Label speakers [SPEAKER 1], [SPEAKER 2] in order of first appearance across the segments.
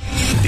[SPEAKER 1] The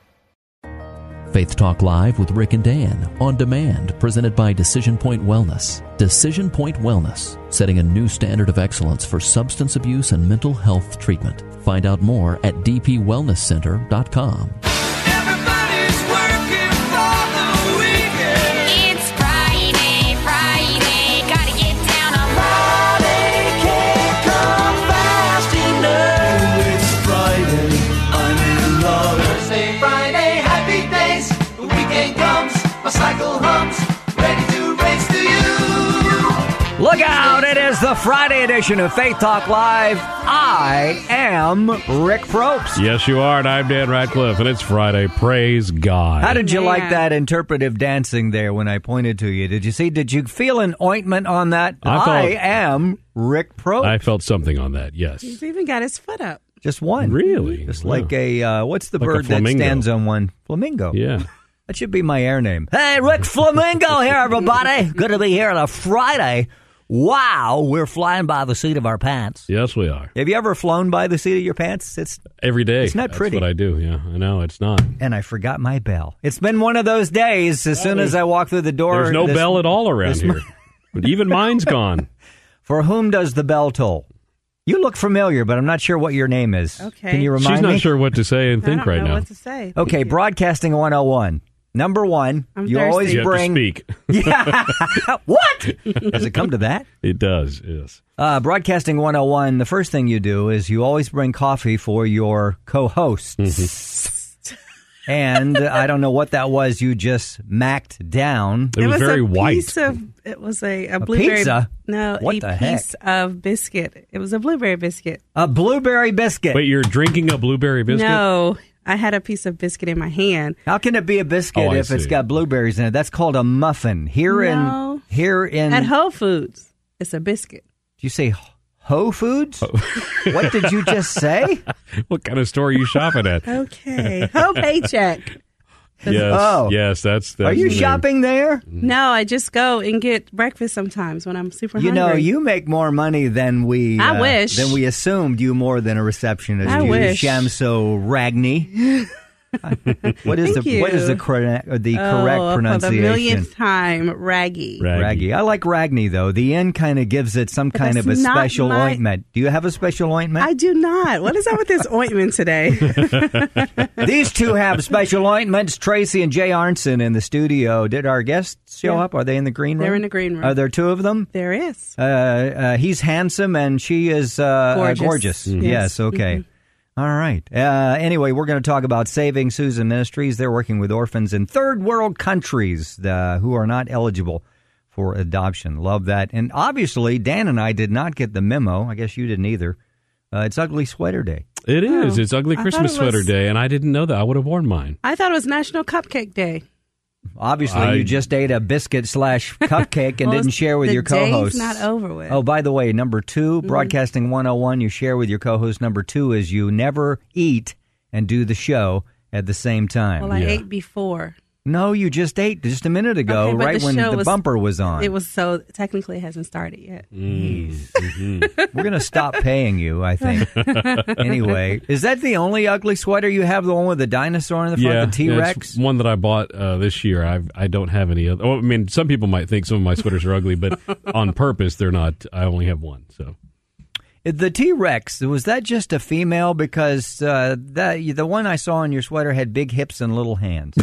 [SPEAKER 2] Faith Talk Live with Rick and Dan on demand, presented by Decision Point Wellness. Decision Point Wellness, setting a new standard of excellence for substance abuse and mental health treatment. Find out more at dpwellnesscenter.com.
[SPEAKER 3] Everybody's working for the weekend. It's Friday, Friday, gotta get down on Friday. Can't come fast enough. It's Friday, I'm in love. Thursday, Friday, happy days. The weekend comes, my cycle hums, ready to race to you.
[SPEAKER 4] Look out! It is the Friday edition of Faith Talk Live. I am Rick Probst.
[SPEAKER 5] Yes, you are, and I'm Dan Ratcliffe, and it's Friday. Praise God.
[SPEAKER 4] How did you like that interpretive dancing there when I pointed to you? Did you see? Did you feel an ointment on that?
[SPEAKER 5] I felt-
[SPEAKER 4] am Rick Probst.
[SPEAKER 5] I felt something on that? Yes.
[SPEAKER 6] He's even got his foot up.
[SPEAKER 4] Just one.
[SPEAKER 5] Really?
[SPEAKER 4] Just
[SPEAKER 5] Wow.
[SPEAKER 4] like a, uh, what's the
[SPEAKER 5] Like a
[SPEAKER 4] bird that
[SPEAKER 5] flamingo.
[SPEAKER 4] stands on one? Flamingo.
[SPEAKER 5] Yeah.
[SPEAKER 4] That should be my air name. Hey, Rick Flamingo here, everybody. Good to be here on a Friday. Wow, we're flying by the seat of our pants.
[SPEAKER 5] Yes, we are.
[SPEAKER 4] Have you ever flown by the seat of your pants? It's
[SPEAKER 5] Every day.
[SPEAKER 4] It's not
[SPEAKER 5] That's
[SPEAKER 4] pretty.
[SPEAKER 5] what I do. Yeah. I know it's not.
[SPEAKER 4] and I forgot my bell. It's been one of those days. As soon as I walk through the door,
[SPEAKER 5] There's no
[SPEAKER 4] this-
[SPEAKER 5] bell at all around
[SPEAKER 4] this
[SPEAKER 5] here. Even mine's gone.
[SPEAKER 4] For whom does the bell toll? You look familiar, but I'm not sure what your name is.
[SPEAKER 6] Okay.
[SPEAKER 4] Can you remind
[SPEAKER 5] She's not
[SPEAKER 4] me?
[SPEAKER 5] sure what to say and
[SPEAKER 6] I
[SPEAKER 5] think
[SPEAKER 6] don't
[SPEAKER 5] right
[SPEAKER 6] know
[SPEAKER 5] now.
[SPEAKER 6] what to say.
[SPEAKER 4] Okay, broadcasting 101. Number one,
[SPEAKER 6] I'm
[SPEAKER 4] you
[SPEAKER 6] thirsty.
[SPEAKER 4] always
[SPEAKER 5] you have to
[SPEAKER 4] bring.
[SPEAKER 5] speak.
[SPEAKER 4] Yeah. what? Does it come to that?
[SPEAKER 5] It does. Yes.
[SPEAKER 4] Uh, broadcasting 101. The first thing you do is you always bring coffee for your co-hosts.
[SPEAKER 5] Mm-hmm.
[SPEAKER 4] and I don't know what that was. You just macked down.
[SPEAKER 5] It, was, very
[SPEAKER 6] a
[SPEAKER 5] white.
[SPEAKER 6] Piece of, it was a, a blueberry.
[SPEAKER 4] pizza?
[SPEAKER 6] No,
[SPEAKER 4] What
[SPEAKER 6] a
[SPEAKER 4] the heck?
[SPEAKER 6] piece of biscuit. It was a blueberry biscuit.
[SPEAKER 4] A blueberry biscuit.
[SPEAKER 5] Wait, you're drinking a blueberry biscuit?
[SPEAKER 6] No, I had a piece of biscuit in my hand.
[SPEAKER 4] How can it be a biscuit
[SPEAKER 5] Oh, I
[SPEAKER 4] if it's
[SPEAKER 5] see.
[SPEAKER 4] got blueberries in it? That's called a muffin. Here
[SPEAKER 6] No.
[SPEAKER 4] in here in
[SPEAKER 6] At Whole Foods, it's a biscuit.
[SPEAKER 4] do you say Ho
[SPEAKER 5] Oh.
[SPEAKER 4] Foods? what did you just say?
[SPEAKER 5] What kind of store are you shopping at? yes.
[SPEAKER 6] Okay. Whole paycheck.
[SPEAKER 4] Oh.
[SPEAKER 5] Yes, that's, that's
[SPEAKER 4] Are you
[SPEAKER 5] the name.
[SPEAKER 4] shopping there?
[SPEAKER 6] No, Oh, I just go and get breakfast sometimes when I'm super
[SPEAKER 4] You
[SPEAKER 6] hungry.
[SPEAKER 4] know, you make more money than we. uh,
[SPEAKER 6] I wish.
[SPEAKER 4] than we assumed you more than a receptionist.
[SPEAKER 6] I
[SPEAKER 4] you
[SPEAKER 6] wish.
[SPEAKER 4] Shamso Ragni. what is
[SPEAKER 6] Thank
[SPEAKER 4] the what is the
[SPEAKER 6] you.
[SPEAKER 4] correct the
[SPEAKER 6] Oh,
[SPEAKER 4] correct
[SPEAKER 6] For the
[SPEAKER 4] pronunciation?
[SPEAKER 6] millionth time, raggy.
[SPEAKER 5] Raggy.
[SPEAKER 4] Raggy. I like Ragni though. The end kind of gives it some kind of
[SPEAKER 6] that's
[SPEAKER 4] a
[SPEAKER 6] not
[SPEAKER 4] special
[SPEAKER 6] my-
[SPEAKER 4] ointment. Do you have a special ointment?
[SPEAKER 6] I do not. What is up with this ointment today?
[SPEAKER 4] These two have special ointments. Tracy and Jay Arnson in the studio. Did our guests show
[SPEAKER 6] Yeah.
[SPEAKER 4] up? Are they in the green room?
[SPEAKER 6] They're in the green room.
[SPEAKER 4] Are there two of them?
[SPEAKER 6] there is.
[SPEAKER 4] Uh, uh, he's handsome and she is uh, uh,
[SPEAKER 6] Gorgeous.
[SPEAKER 4] gorgeous.
[SPEAKER 6] Mhm.
[SPEAKER 4] Yes,
[SPEAKER 6] Yes.
[SPEAKER 4] okay. All right. Uh, anyway, we're going to talk about Saving Susan Ministries. They're working with orphans in third world countries uh, who are not eligible for adoption. Love that. And obviously, Dan and I did not get the memo. I guess you didn't either. Uh, it's Ugly Sweater Day.
[SPEAKER 5] It is.
[SPEAKER 6] Oh.
[SPEAKER 5] It's ugly
[SPEAKER 6] I thought
[SPEAKER 5] Christmas
[SPEAKER 6] it
[SPEAKER 5] sweater
[SPEAKER 6] was-
[SPEAKER 5] day, and I didn't know that. I would have worn mine.
[SPEAKER 6] I thought it was National Cupcake Day.
[SPEAKER 4] Obviously,
[SPEAKER 5] I-
[SPEAKER 4] you just ate a biscuit slash cupcake and
[SPEAKER 6] Well,
[SPEAKER 4] didn't share with
[SPEAKER 6] the
[SPEAKER 4] your co-host.
[SPEAKER 6] day's not over with. Mm-hmm.
[SPEAKER 4] Oh, by the way, number 2 broadcasting one hundred and one. You share with your co-host. Number two is you never eat and do the show at the same time.
[SPEAKER 6] Well, I
[SPEAKER 5] Yeah.
[SPEAKER 6] ate before.
[SPEAKER 4] no, you just ate just a minute ago,
[SPEAKER 6] Okay, but
[SPEAKER 4] right
[SPEAKER 6] the
[SPEAKER 4] when
[SPEAKER 6] show
[SPEAKER 4] the
[SPEAKER 6] was-
[SPEAKER 4] bumper was on. Mm-hmm.
[SPEAKER 6] It was so technically it hasn't started yet. Mm-hmm.
[SPEAKER 4] We're gonna stop paying you, I think. anyway, is that the only ugly sweater you have? The one with the dinosaur in the front,
[SPEAKER 5] yeah,
[SPEAKER 4] the T
[SPEAKER 5] yeah,
[SPEAKER 4] Rex.
[SPEAKER 5] it's one that I bought uh, this year. I I don't have any other. Oh, I mean, some people might think some of my sweaters are ugly, but on purpose they're not. I only have one. So
[SPEAKER 4] The T Rex was that just a female? Because uh, that the one I saw on your sweater had big hips and little hands.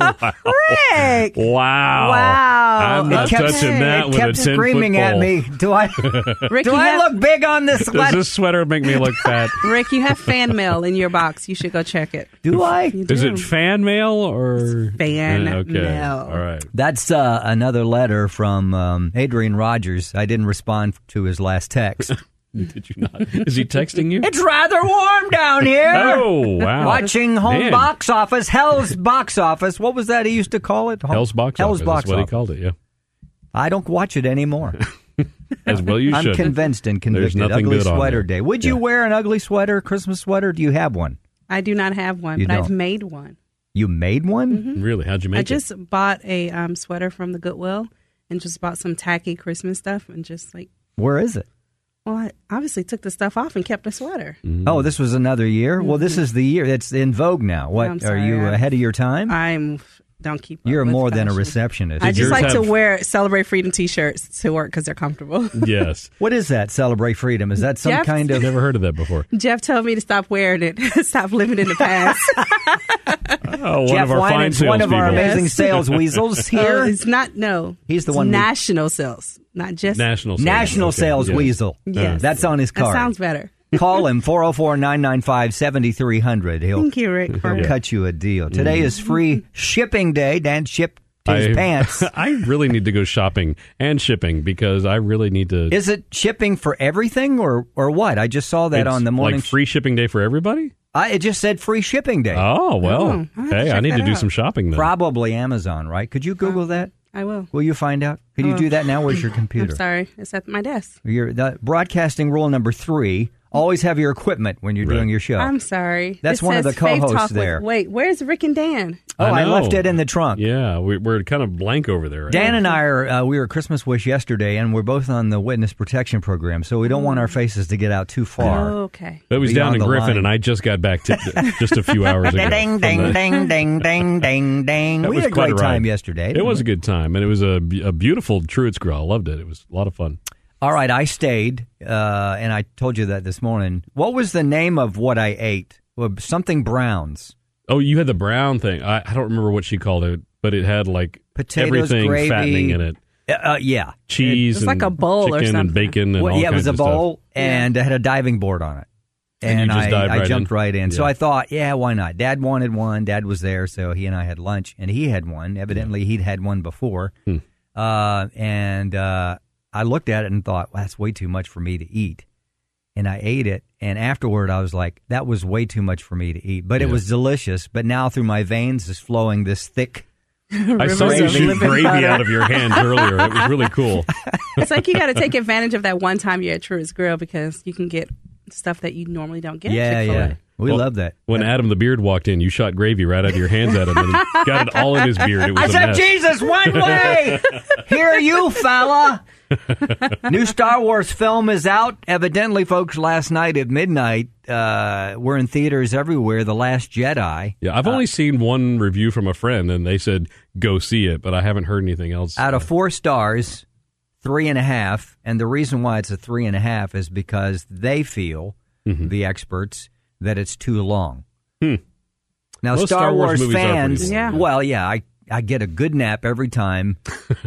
[SPEAKER 6] Rick!
[SPEAKER 5] wow,
[SPEAKER 6] Wow.
[SPEAKER 5] I'm not
[SPEAKER 4] it kept,
[SPEAKER 5] touching that
[SPEAKER 4] it
[SPEAKER 5] with
[SPEAKER 4] kept
[SPEAKER 5] a ten
[SPEAKER 4] screaming
[SPEAKER 5] foot
[SPEAKER 4] at
[SPEAKER 5] pole.
[SPEAKER 4] me. Do I
[SPEAKER 6] Rick,
[SPEAKER 4] do
[SPEAKER 6] you
[SPEAKER 4] I
[SPEAKER 6] have,
[SPEAKER 4] look big on this
[SPEAKER 5] Does
[SPEAKER 4] sweater?
[SPEAKER 5] this sweater make me look fat?
[SPEAKER 6] Rick, you have fan mail in your box. You should go check it.
[SPEAKER 4] Do I?
[SPEAKER 5] Is it fan mail or
[SPEAKER 6] fan
[SPEAKER 5] okay.
[SPEAKER 6] mail.
[SPEAKER 5] All right.
[SPEAKER 4] That's uh, another letter from um, Adrian Rogers. I didn't respond to his last text.
[SPEAKER 5] Did you not? Is he texting you?
[SPEAKER 4] It's rather warm down here.
[SPEAKER 5] Oh, wow.
[SPEAKER 4] Watching home
[SPEAKER 5] Man.
[SPEAKER 4] box office, Hell's box office. What was that he used to call it? Home-
[SPEAKER 5] Hell's box
[SPEAKER 4] Hell's
[SPEAKER 5] office.
[SPEAKER 4] box
[SPEAKER 5] That's what
[SPEAKER 4] office.
[SPEAKER 5] he called it. Yeah.
[SPEAKER 4] I don't watch it anymore.
[SPEAKER 5] As well, you
[SPEAKER 4] I'm
[SPEAKER 5] should.
[SPEAKER 4] convinced and
[SPEAKER 5] There's
[SPEAKER 4] convicted.
[SPEAKER 5] nothing
[SPEAKER 4] Ugly
[SPEAKER 5] good on
[SPEAKER 4] sweater
[SPEAKER 5] there.
[SPEAKER 4] day. Would you
[SPEAKER 5] Yeah.
[SPEAKER 4] wear an ugly sweater, Christmas sweater? Do you have one?
[SPEAKER 2] I do not have one,
[SPEAKER 4] You
[SPEAKER 2] but I've
[SPEAKER 4] don't.
[SPEAKER 2] made one.
[SPEAKER 4] You made one?
[SPEAKER 5] Mm-hmm. Really? How'd you make
[SPEAKER 2] I
[SPEAKER 5] it?
[SPEAKER 2] just bought a um, sweater from the Goodwill and just bought some tacky Christmas stuff and just like,
[SPEAKER 4] Where is it?
[SPEAKER 2] Mm-hmm. well, I obviously took the stuff off and kept the sweater. Mm-hmm.
[SPEAKER 4] Oh, this was another year. Well, this is the year. It's in vogue now. What
[SPEAKER 2] I'm
[SPEAKER 4] are
[SPEAKER 2] sorry,
[SPEAKER 4] you
[SPEAKER 2] I-
[SPEAKER 4] ahead of your time?
[SPEAKER 2] I'm don't keep. up
[SPEAKER 4] You're
[SPEAKER 2] with
[SPEAKER 4] more than a
[SPEAKER 2] fashion.
[SPEAKER 4] receptionist.
[SPEAKER 2] I just
[SPEAKER 5] yours
[SPEAKER 2] like to
[SPEAKER 5] have-
[SPEAKER 2] wear celebrate freedom T-shirts to work because they're comfortable.
[SPEAKER 5] yes.
[SPEAKER 4] what is that? Celebrate freedom? Is that some
[SPEAKER 2] Jeff-
[SPEAKER 4] kind of?
[SPEAKER 5] Never heard of that before.
[SPEAKER 2] Jeff told me to stop wearing it, stop living in the past.
[SPEAKER 5] Oh, one
[SPEAKER 4] Jeff
[SPEAKER 5] of our fine
[SPEAKER 4] Winans, one of our
[SPEAKER 5] salespeople.
[SPEAKER 2] people.
[SPEAKER 4] amazing
[SPEAKER 2] Yes.
[SPEAKER 4] sales weasels
[SPEAKER 2] Oh,
[SPEAKER 4] here.
[SPEAKER 2] it's not no.
[SPEAKER 4] He's the
[SPEAKER 2] It's
[SPEAKER 4] one we-
[SPEAKER 2] national sales, not just
[SPEAKER 5] National sales.
[SPEAKER 4] National
[SPEAKER 5] Okay,
[SPEAKER 4] sales
[SPEAKER 5] yes.
[SPEAKER 4] weasel.
[SPEAKER 2] Yes.
[SPEAKER 4] That's on his
[SPEAKER 2] That
[SPEAKER 4] card.
[SPEAKER 2] sounds better.
[SPEAKER 4] Call him 404 995 7300. He'll
[SPEAKER 2] Thank you, Rick. For
[SPEAKER 4] cut you a deal. Today is free shipping day. Dan shipped his
[SPEAKER 5] Mm-hmm. I-
[SPEAKER 4] pants.
[SPEAKER 5] I really need to go shopping and shipping because I really need to.
[SPEAKER 4] Is it shipping for everything or, or what? I just saw that
[SPEAKER 5] It's
[SPEAKER 4] on the morning.
[SPEAKER 5] Like free shipping day for everybody?
[SPEAKER 4] I, it just said free shipping day.
[SPEAKER 5] Oh, well.
[SPEAKER 2] Oh, I'll have to
[SPEAKER 5] hey, I
[SPEAKER 2] check
[SPEAKER 5] need
[SPEAKER 2] that
[SPEAKER 5] to do
[SPEAKER 2] out.
[SPEAKER 5] some shopping then.
[SPEAKER 4] Probably Amazon, right? Could you Google that?
[SPEAKER 2] I will.
[SPEAKER 4] Will you find out? Can you
[SPEAKER 2] Oh.
[SPEAKER 4] do that now? Where's your computer?
[SPEAKER 2] Uh, I'm sorry. It's at my desk.
[SPEAKER 4] Your that broadcasting rule number three: always have your equipment when you're
[SPEAKER 5] Right.
[SPEAKER 4] doing your show.
[SPEAKER 2] I'm sorry.
[SPEAKER 4] That's
[SPEAKER 2] It
[SPEAKER 4] one of
[SPEAKER 2] says
[SPEAKER 4] the co-hosts
[SPEAKER 2] Fave Talk with-
[SPEAKER 4] there.
[SPEAKER 2] wait, where's Rick and Dan?
[SPEAKER 4] oh, I,
[SPEAKER 5] know.
[SPEAKER 4] left it in the trunk.
[SPEAKER 5] Yeah, we, we're kind of blank over there. Right
[SPEAKER 4] Dan
[SPEAKER 5] now.
[SPEAKER 4] and I are uh, we were at Christmas Wish yesterday, and we're both on the witness protection program, so we don't want
[SPEAKER 5] Mm.
[SPEAKER 4] our faces to get out too far.
[SPEAKER 2] Oh, okay.
[SPEAKER 5] That was
[SPEAKER 4] Beyond
[SPEAKER 5] down in
[SPEAKER 4] the
[SPEAKER 5] Griffin,
[SPEAKER 4] line.
[SPEAKER 5] and I just got back to just a few hours ago.
[SPEAKER 4] Ding,
[SPEAKER 5] from
[SPEAKER 4] ding,
[SPEAKER 5] the-
[SPEAKER 4] ding, ding, ding, ding, ding.
[SPEAKER 5] That
[SPEAKER 4] We
[SPEAKER 5] was
[SPEAKER 4] had a
[SPEAKER 5] quite
[SPEAKER 4] great
[SPEAKER 5] ride.
[SPEAKER 4] time yesterday.
[SPEAKER 5] It
[SPEAKER 4] didn't
[SPEAKER 5] was
[SPEAKER 4] we?
[SPEAKER 5] a good time, and it was a, bu- a beautiful Truett's Grill. I loved it. It was a lot of fun.
[SPEAKER 4] All right, I stayed, uh, and I told you that this morning. What was the name of what I ate? Well, something Browns.
[SPEAKER 5] Oh, you had the brown thing. I, I don't remember what she called it, but it had like
[SPEAKER 4] Potatoes,
[SPEAKER 5] everything
[SPEAKER 4] gravy.
[SPEAKER 5] fattening in it,
[SPEAKER 4] Uh, uh, yeah,
[SPEAKER 5] cheese,
[SPEAKER 2] It's
[SPEAKER 5] and
[SPEAKER 2] like a bowl or
[SPEAKER 5] chicken and
[SPEAKER 2] something.
[SPEAKER 5] bacon, and
[SPEAKER 4] Well,
[SPEAKER 5] all
[SPEAKER 4] yeah, it
[SPEAKER 5] kinds
[SPEAKER 4] was a
[SPEAKER 5] of stuff.
[SPEAKER 4] bowl and it had a diving board on it.
[SPEAKER 5] And you just
[SPEAKER 4] I,
[SPEAKER 5] dived
[SPEAKER 4] I
[SPEAKER 5] right
[SPEAKER 4] jumped
[SPEAKER 5] in.
[SPEAKER 4] right in. So
[SPEAKER 5] Yeah.
[SPEAKER 4] I thought, yeah, why not? Dad wanted one. Dad was there, so he and I had lunch, and he had one. Evidently,
[SPEAKER 5] Hmm.
[SPEAKER 4] he'd had one before. Uh, and uh, I looked at it and thought, well, that's way too much for me to eat. And I ate it, and afterward, I was like, that was way too much for me to eat. But it
[SPEAKER 5] Yeah.
[SPEAKER 4] was delicious. But now through my veins is flowing this thick.
[SPEAKER 5] I saw you
[SPEAKER 4] Rivers of
[SPEAKER 5] shoot
[SPEAKER 4] living
[SPEAKER 5] gravy
[SPEAKER 4] butter.
[SPEAKER 5] out of your hands earlier. It was really cool.
[SPEAKER 2] It's like you got to take advantage of that one time you're at Truett's Grill because you can get stuff that you normally don't get. at
[SPEAKER 4] yeah,
[SPEAKER 2] Chick-fil-A.
[SPEAKER 4] yeah. We
[SPEAKER 5] Well,
[SPEAKER 4] love that.
[SPEAKER 5] When Adam the Beard walked in, you shot gravy right out of your hands at him and he got it all in his beard. It was
[SPEAKER 4] I
[SPEAKER 5] a
[SPEAKER 4] said,
[SPEAKER 5] mess.
[SPEAKER 4] Jesus, one way. Here you, fella. New Star Wars film is out. Evidently, folks, last night at midnight, uh, we're in theaters everywhere. The Last Jedi.
[SPEAKER 5] Yeah, I've
[SPEAKER 4] Uh.
[SPEAKER 5] only seen one review from a friend, and they said go see it, but I haven't heard anything else.
[SPEAKER 4] Out of four stars, three and a half. And the reason why it's a three and a half is because they feel,
[SPEAKER 5] Mm-hmm.
[SPEAKER 4] the experts, that it's too long. Now,
[SPEAKER 5] Hmm.
[SPEAKER 4] Star,
[SPEAKER 5] Most Star Wars
[SPEAKER 4] Wars,
[SPEAKER 5] movies are pretty
[SPEAKER 4] fans,
[SPEAKER 5] long,
[SPEAKER 2] Yeah. yeah.
[SPEAKER 4] well, yeah, I, I get a good nap every time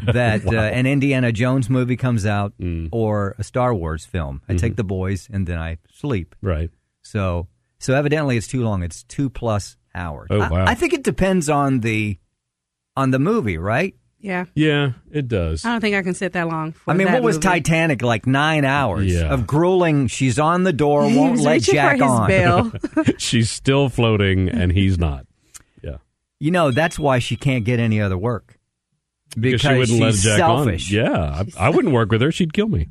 [SPEAKER 4] that uh, an Indiana Jones movie comes out
[SPEAKER 5] Hmm.
[SPEAKER 4] or a Star Wars film. I
[SPEAKER 5] Mm-hmm.
[SPEAKER 4] take the boys and then I sleep.
[SPEAKER 5] right.
[SPEAKER 4] So, so evidently it's too long. It's two plus hours.
[SPEAKER 5] Oh,
[SPEAKER 4] I-
[SPEAKER 5] wow.
[SPEAKER 4] I, think it depends on the on the movie, right?
[SPEAKER 2] Yeah.
[SPEAKER 5] Yeah, it does.
[SPEAKER 2] I don't think I can sit that long. For
[SPEAKER 4] I mean,
[SPEAKER 2] that
[SPEAKER 4] what was
[SPEAKER 2] movie.
[SPEAKER 4] Titanic like? Nine hours
[SPEAKER 5] Yeah.
[SPEAKER 4] of grueling. She's on the door,
[SPEAKER 2] He
[SPEAKER 4] won't
[SPEAKER 2] was
[SPEAKER 4] let
[SPEAKER 2] reaching
[SPEAKER 4] Jack
[SPEAKER 2] for his
[SPEAKER 4] on.
[SPEAKER 2] bill.
[SPEAKER 5] She's still floating, and he's not. Yeah,
[SPEAKER 4] You know that's why she can't get any other work because,
[SPEAKER 5] she wouldn't
[SPEAKER 4] she's
[SPEAKER 5] let Jack
[SPEAKER 4] selfish.
[SPEAKER 5] on. Yeah, I, I wouldn't work with her; she'd kill me.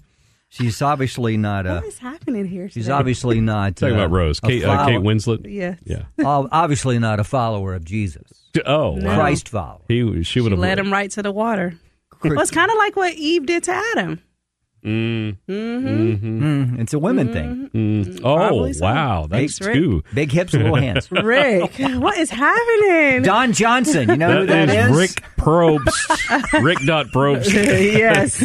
[SPEAKER 4] She's obviously not a.
[SPEAKER 2] what is happening here?
[SPEAKER 4] She's
[SPEAKER 2] today?
[SPEAKER 4] obviously not
[SPEAKER 5] Talking
[SPEAKER 4] uh,
[SPEAKER 5] about Rose,
[SPEAKER 4] a
[SPEAKER 5] Kate, uh, Kate
[SPEAKER 4] follow-
[SPEAKER 5] Winslet.
[SPEAKER 2] Yeah.
[SPEAKER 5] Yeah.
[SPEAKER 4] ob- obviously not a follower of Jesus,
[SPEAKER 5] D- Oh, wow.
[SPEAKER 4] Christ follower.
[SPEAKER 5] He she would have
[SPEAKER 2] Led him right to the water. Well, it's kind of like what Eve did to Adam.
[SPEAKER 5] Mm,
[SPEAKER 4] Mm, it's a women thing.
[SPEAKER 5] mm. Oh,
[SPEAKER 2] Probably so.
[SPEAKER 5] wow, that's
[SPEAKER 2] Thanks, Mm-hmm. Rick.
[SPEAKER 5] two.
[SPEAKER 4] Big hips, little hands.
[SPEAKER 2] Rick, what is happening?
[SPEAKER 4] Don Johnson, you know who
[SPEAKER 5] that
[SPEAKER 4] that
[SPEAKER 5] is, Rick Probst. Rick dot Probst.
[SPEAKER 2] yes,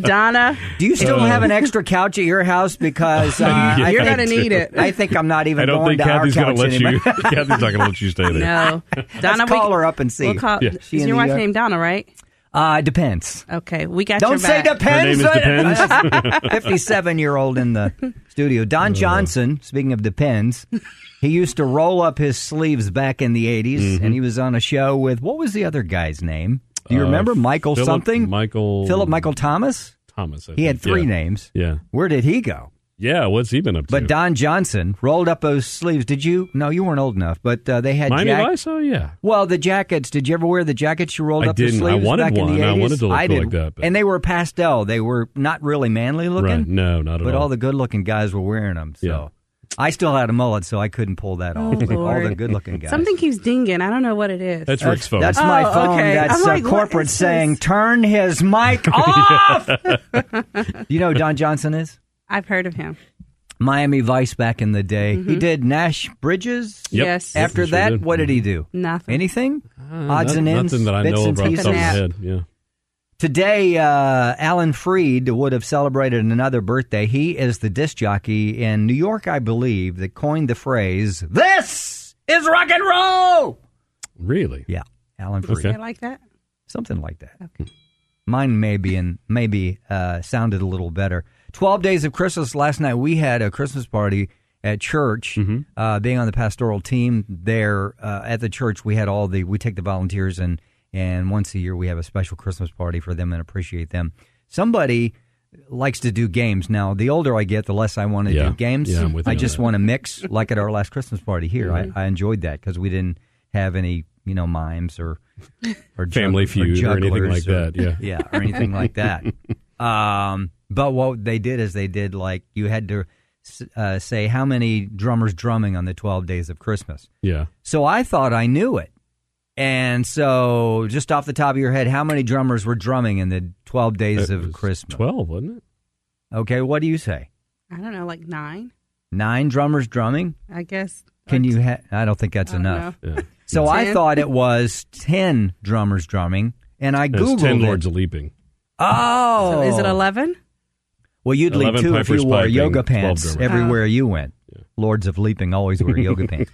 [SPEAKER 2] Donna,
[SPEAKER 4] Do you still
[SPEAKER 5] uh,
[SPEAKER 4] have an extra couch at your house? Because uh, I
[SPEAKER 2] you're
[SPEAKER 4] think-
[SPEAKER 2] gonna need it.
[SPEAKER 4] I think I'm not even
[SPEAKER 5] I don't
[SPEAKER 4] going
[SPEAKER 5] think
[SPEAKER 4] to our
[SPEAKER 5] Kathy's
[SPEAKER 4] couch
[SPEAKER 5] going to let
[SPEAKER 4] anymore.
[SPEAKER 5] you. Kathy's not going to let you stay there.
[SPEAKER 2] No, Donna,
[SPEAKER 4] Let's call her up and see.
[SPEAKER 2] We'll call,
[SPEAKER 5] Yeah.
[SPEAKER 2] Is
[SPEAKER 4] She in
[SPEAKER 2] your
[SPEAKER 4] the,
[SPEAKER 2] wife
[SPEAKER 4] uh,
[SPEAKER 2] named Donna, right?
[SPEAKER 4] Uh, depends.
[SPEAKER 2] Okay, we got. your
[SPEAKER 4] Don't say
[SPEAKER 2] back.
[SPEAKER 5] Her name
[SPEAKER 4] depends.
[SPEAKER 5] is Depends.
[SPEAKER 4] 57 year old in the studio. Don
[SPEAKER 5] Uh.
[SPEAKER 4] Johnson, speaking of depends, he used to roll up his sleeves back in the 80s, and he was on a show with what was the other guy's name? Do you
[SPEAKER 5] Mm-hmm. Uh,
[SPEAKER 4] remember Michael
[SPEAKER 5] Philip
[SPEAKER 4] something?
[SPEAKER 5] Michael
[SPEAKER 4] Philip Michael Thomas?
[SPEAKER 5] Thomas. I
[SPEAKER 4] He had
[SPEAKER 5] think.
[SPEAKER 4] three
[SPEAKER 5] Yeah.
[SPEAKER 4] names.
[SPEAKER 5] Yeah.
[SPEAKER 4] Where did he go?
[SPEAKER 5] Yeah. What's he been up to?
[SPEAKER 4] But Don Johnson rolled up those sleeves. Did you? No, you weren't old enough. But uh, they had
[SPEAKER 5] Miami
[SPEAKER 4] jack-
[SPEAKER 5] Vice? Oh, yeah.
[SPEAKER 4] Well, the jackets. Did you ever wear the jackets you rolled
[SPEAKER 5] I
[SPEAKER 4] up
[SPEAKER 5] didn't.
[SPEAKER 4] the
[SPEAKER 5] I
[SPEAKER 4] sleeves
[SPEAKER 5] wanted
[SPEAKER 4] back in
[SPEAKER 5] one.
[SPEAKER 4] the
[SPEAKER 5] I
[SPEAKER 4] 80s?
[SPEAKER 5] wanted to look
[SPEAKER 4] I did.
[SPEAKER 5] like that, but-
[SPEAKER 4] And they were pastel. They were not really manly looking.
[SPEAKER 5] Right. No, not at
[SPEAKER 4] but
[SPEAKER 5] all.
[SPEAKER 4] all the good-looking guys were wearing them. So
[SPEAKER 5] Yeah.
[SPEAKER 4] I still had a mullet, so I couldn't pull that
[SPEAKER 7] Oh,
[SPEAKER 4] off. all the
[SPEAKER 7] Lord.
[SPEAKER 4] good-looking guys.
[SPEAKER 7] Something keeps dinging. I don't know what it is.
[SPEAKER 5] That's Rick's phone.
[SPEAKER 4] That's
[SPEAKER 7] Oh,
[SPEAKER 4] my phone.
[SPEAKER 7] okay.
[SPEAKER 4] That's
[SPEAKER 7] I'm
[SPEAKER 4] uh,
[SPEAKER 7] like, what
[SPEAKER 4] corporate
[SPEAKER 7] is this?
[SPEAKER 4] saying, "Turn his mic off." you know who Don Johnson is
[SPEAKER 7] I've heard of him.
[SPEAKER 4] Miami Vice back in the day. He did Nash Bridges.
[SPEAKER 5] Yep.
[SPEAKER 7] Mm-hmm. Yes. Mm-hmm.
[SPEAKER 4] After
[SPEAKER 5] Sure
[SPEAKER 4] that,
[SPEAKER 5] did.
[SPEAKER 4] what did he do?
[SPEAKER 7] Nothing. Oh.
[SPEAKER 4] Anything?
[SPEAKER 5] Uh,
[SPEAKER 4] Odds
[SPEAKER 5] not-
[SPEAKER 4] and ends.
[SPEAKER 5] Nothing that I
[SPEAKER 4] bits
[SPEAKER 5] know
[SPEAKER 4] and
[SPEAKER 5] about off the top of my
[SPEAKER 4] pieces.
[SPEAKER 5] head. Yeah.
[SPEAKER 4] Today, uh, Alan Freed would have celebrated another birthday. He is the disc jockey in New York, I believe, that coined the phrase, This is rock and roll!
[SPEAKER 5] Really?
[SPEAKER 4] Yeah, Alan Freed.
[SPEAKER 5] Okay.
[SPEAKER 7] I like that.
[SPEAKER 4] Something like that. Mine may be, and maybe uh, sounded a little better. 12 Days of Christmas. Last night, we had a Christmas party at church.
[SPEAKER 5] Mm-hmm.
[SPEAKER 4] Uh, being on the pastoral team there uh, at the church, we had all the, we take the volunteers and, and once a year we have a special Christmas party for them and appreciate them. Somebody likes to do games. Now, the older I get, the less I want to
[SPEAKER 5] Yeah.
[SPEAKER 4] do games.
[SPEAKER 5] Yeah, I'm with you
[SPEAKER 4] I
[SPEAKER 5] on
[SPEAKER 4] just
[SPEAKER 5] that.
[SPEAKER 4] want to mix like at our last Christmas party here. I, I enjoyed that because we didn't have any, you know, mimes or or
[SPEAKER 5] Family Feud or anything
[SPEAKER 4] jugglers
[SPEAKER 5] like that, yeah.
[SPEAKER 4] yeah, or anything like that. Um, but what they did is they did like you had to uh, say how many drummers drumming on the Twelve Days of Christmas.
[SPEAKER 5] Yeah.
[SPEAKER 4] So I thought I knew it, and so just off the top of your head, how many drummers were drumming in the Twelve Days
[SPEAKER 5] It
[SPEAKER 4] of
[SPEAKER 5] was
[SPEAKER 4] Christmas?
[SPEAKER 5] 12, wasn't it?
[SPEAKER 4] Okay, what do you say?
[SPEAKER 7] I don't know, like nine,
[SPEAKER 4] Nine drummers drumming?
[SPEAKER 7] I guess.
[SPEAKER 4] Can
[SPEAKER 7] Or
[SPEAKER 4] you? Ha- I don't think
[SPEAKER 7] I
[SPEAKER 4] that's
[SPEAKER 7] don't
[SPEAKER 4] enough.
[SPEAKER 7] know.
[SPEAKER 5] Yeah.
[SPEAKER 4] So I
[SPEAKER 7] Ten.
[SPEAKER 4] thought it was ten drummers drumming, and I
[SPEAKER 5] That's
[SPEAKER 4] googled
[SPEAKER 5] 10
[SPEAKER 4] it.
[SPEAKER 5] Lords of Leaping.
[SPEAKER 4] Oh,
[SPEAKER 7] So is it eleven?
[SPEAKER 4] Well, you'd leap
[SPEAKER 5] 11
[SPEAKER 4] too if you
[SPEAKER 5] pipers
[SPEAKER 4] wore
[SPEAKER 5] piping,
[SPEAKER 4] yoga
[SPEAKER 5] 12
[SPEAKER 4] pants
[SPEAKER 5] drummers.
[SPEAKER 4] everywhere
[SPEAKER 7] Ah.
[SPEAKER 4] you went. Lords of Leaping always wear yoga pants.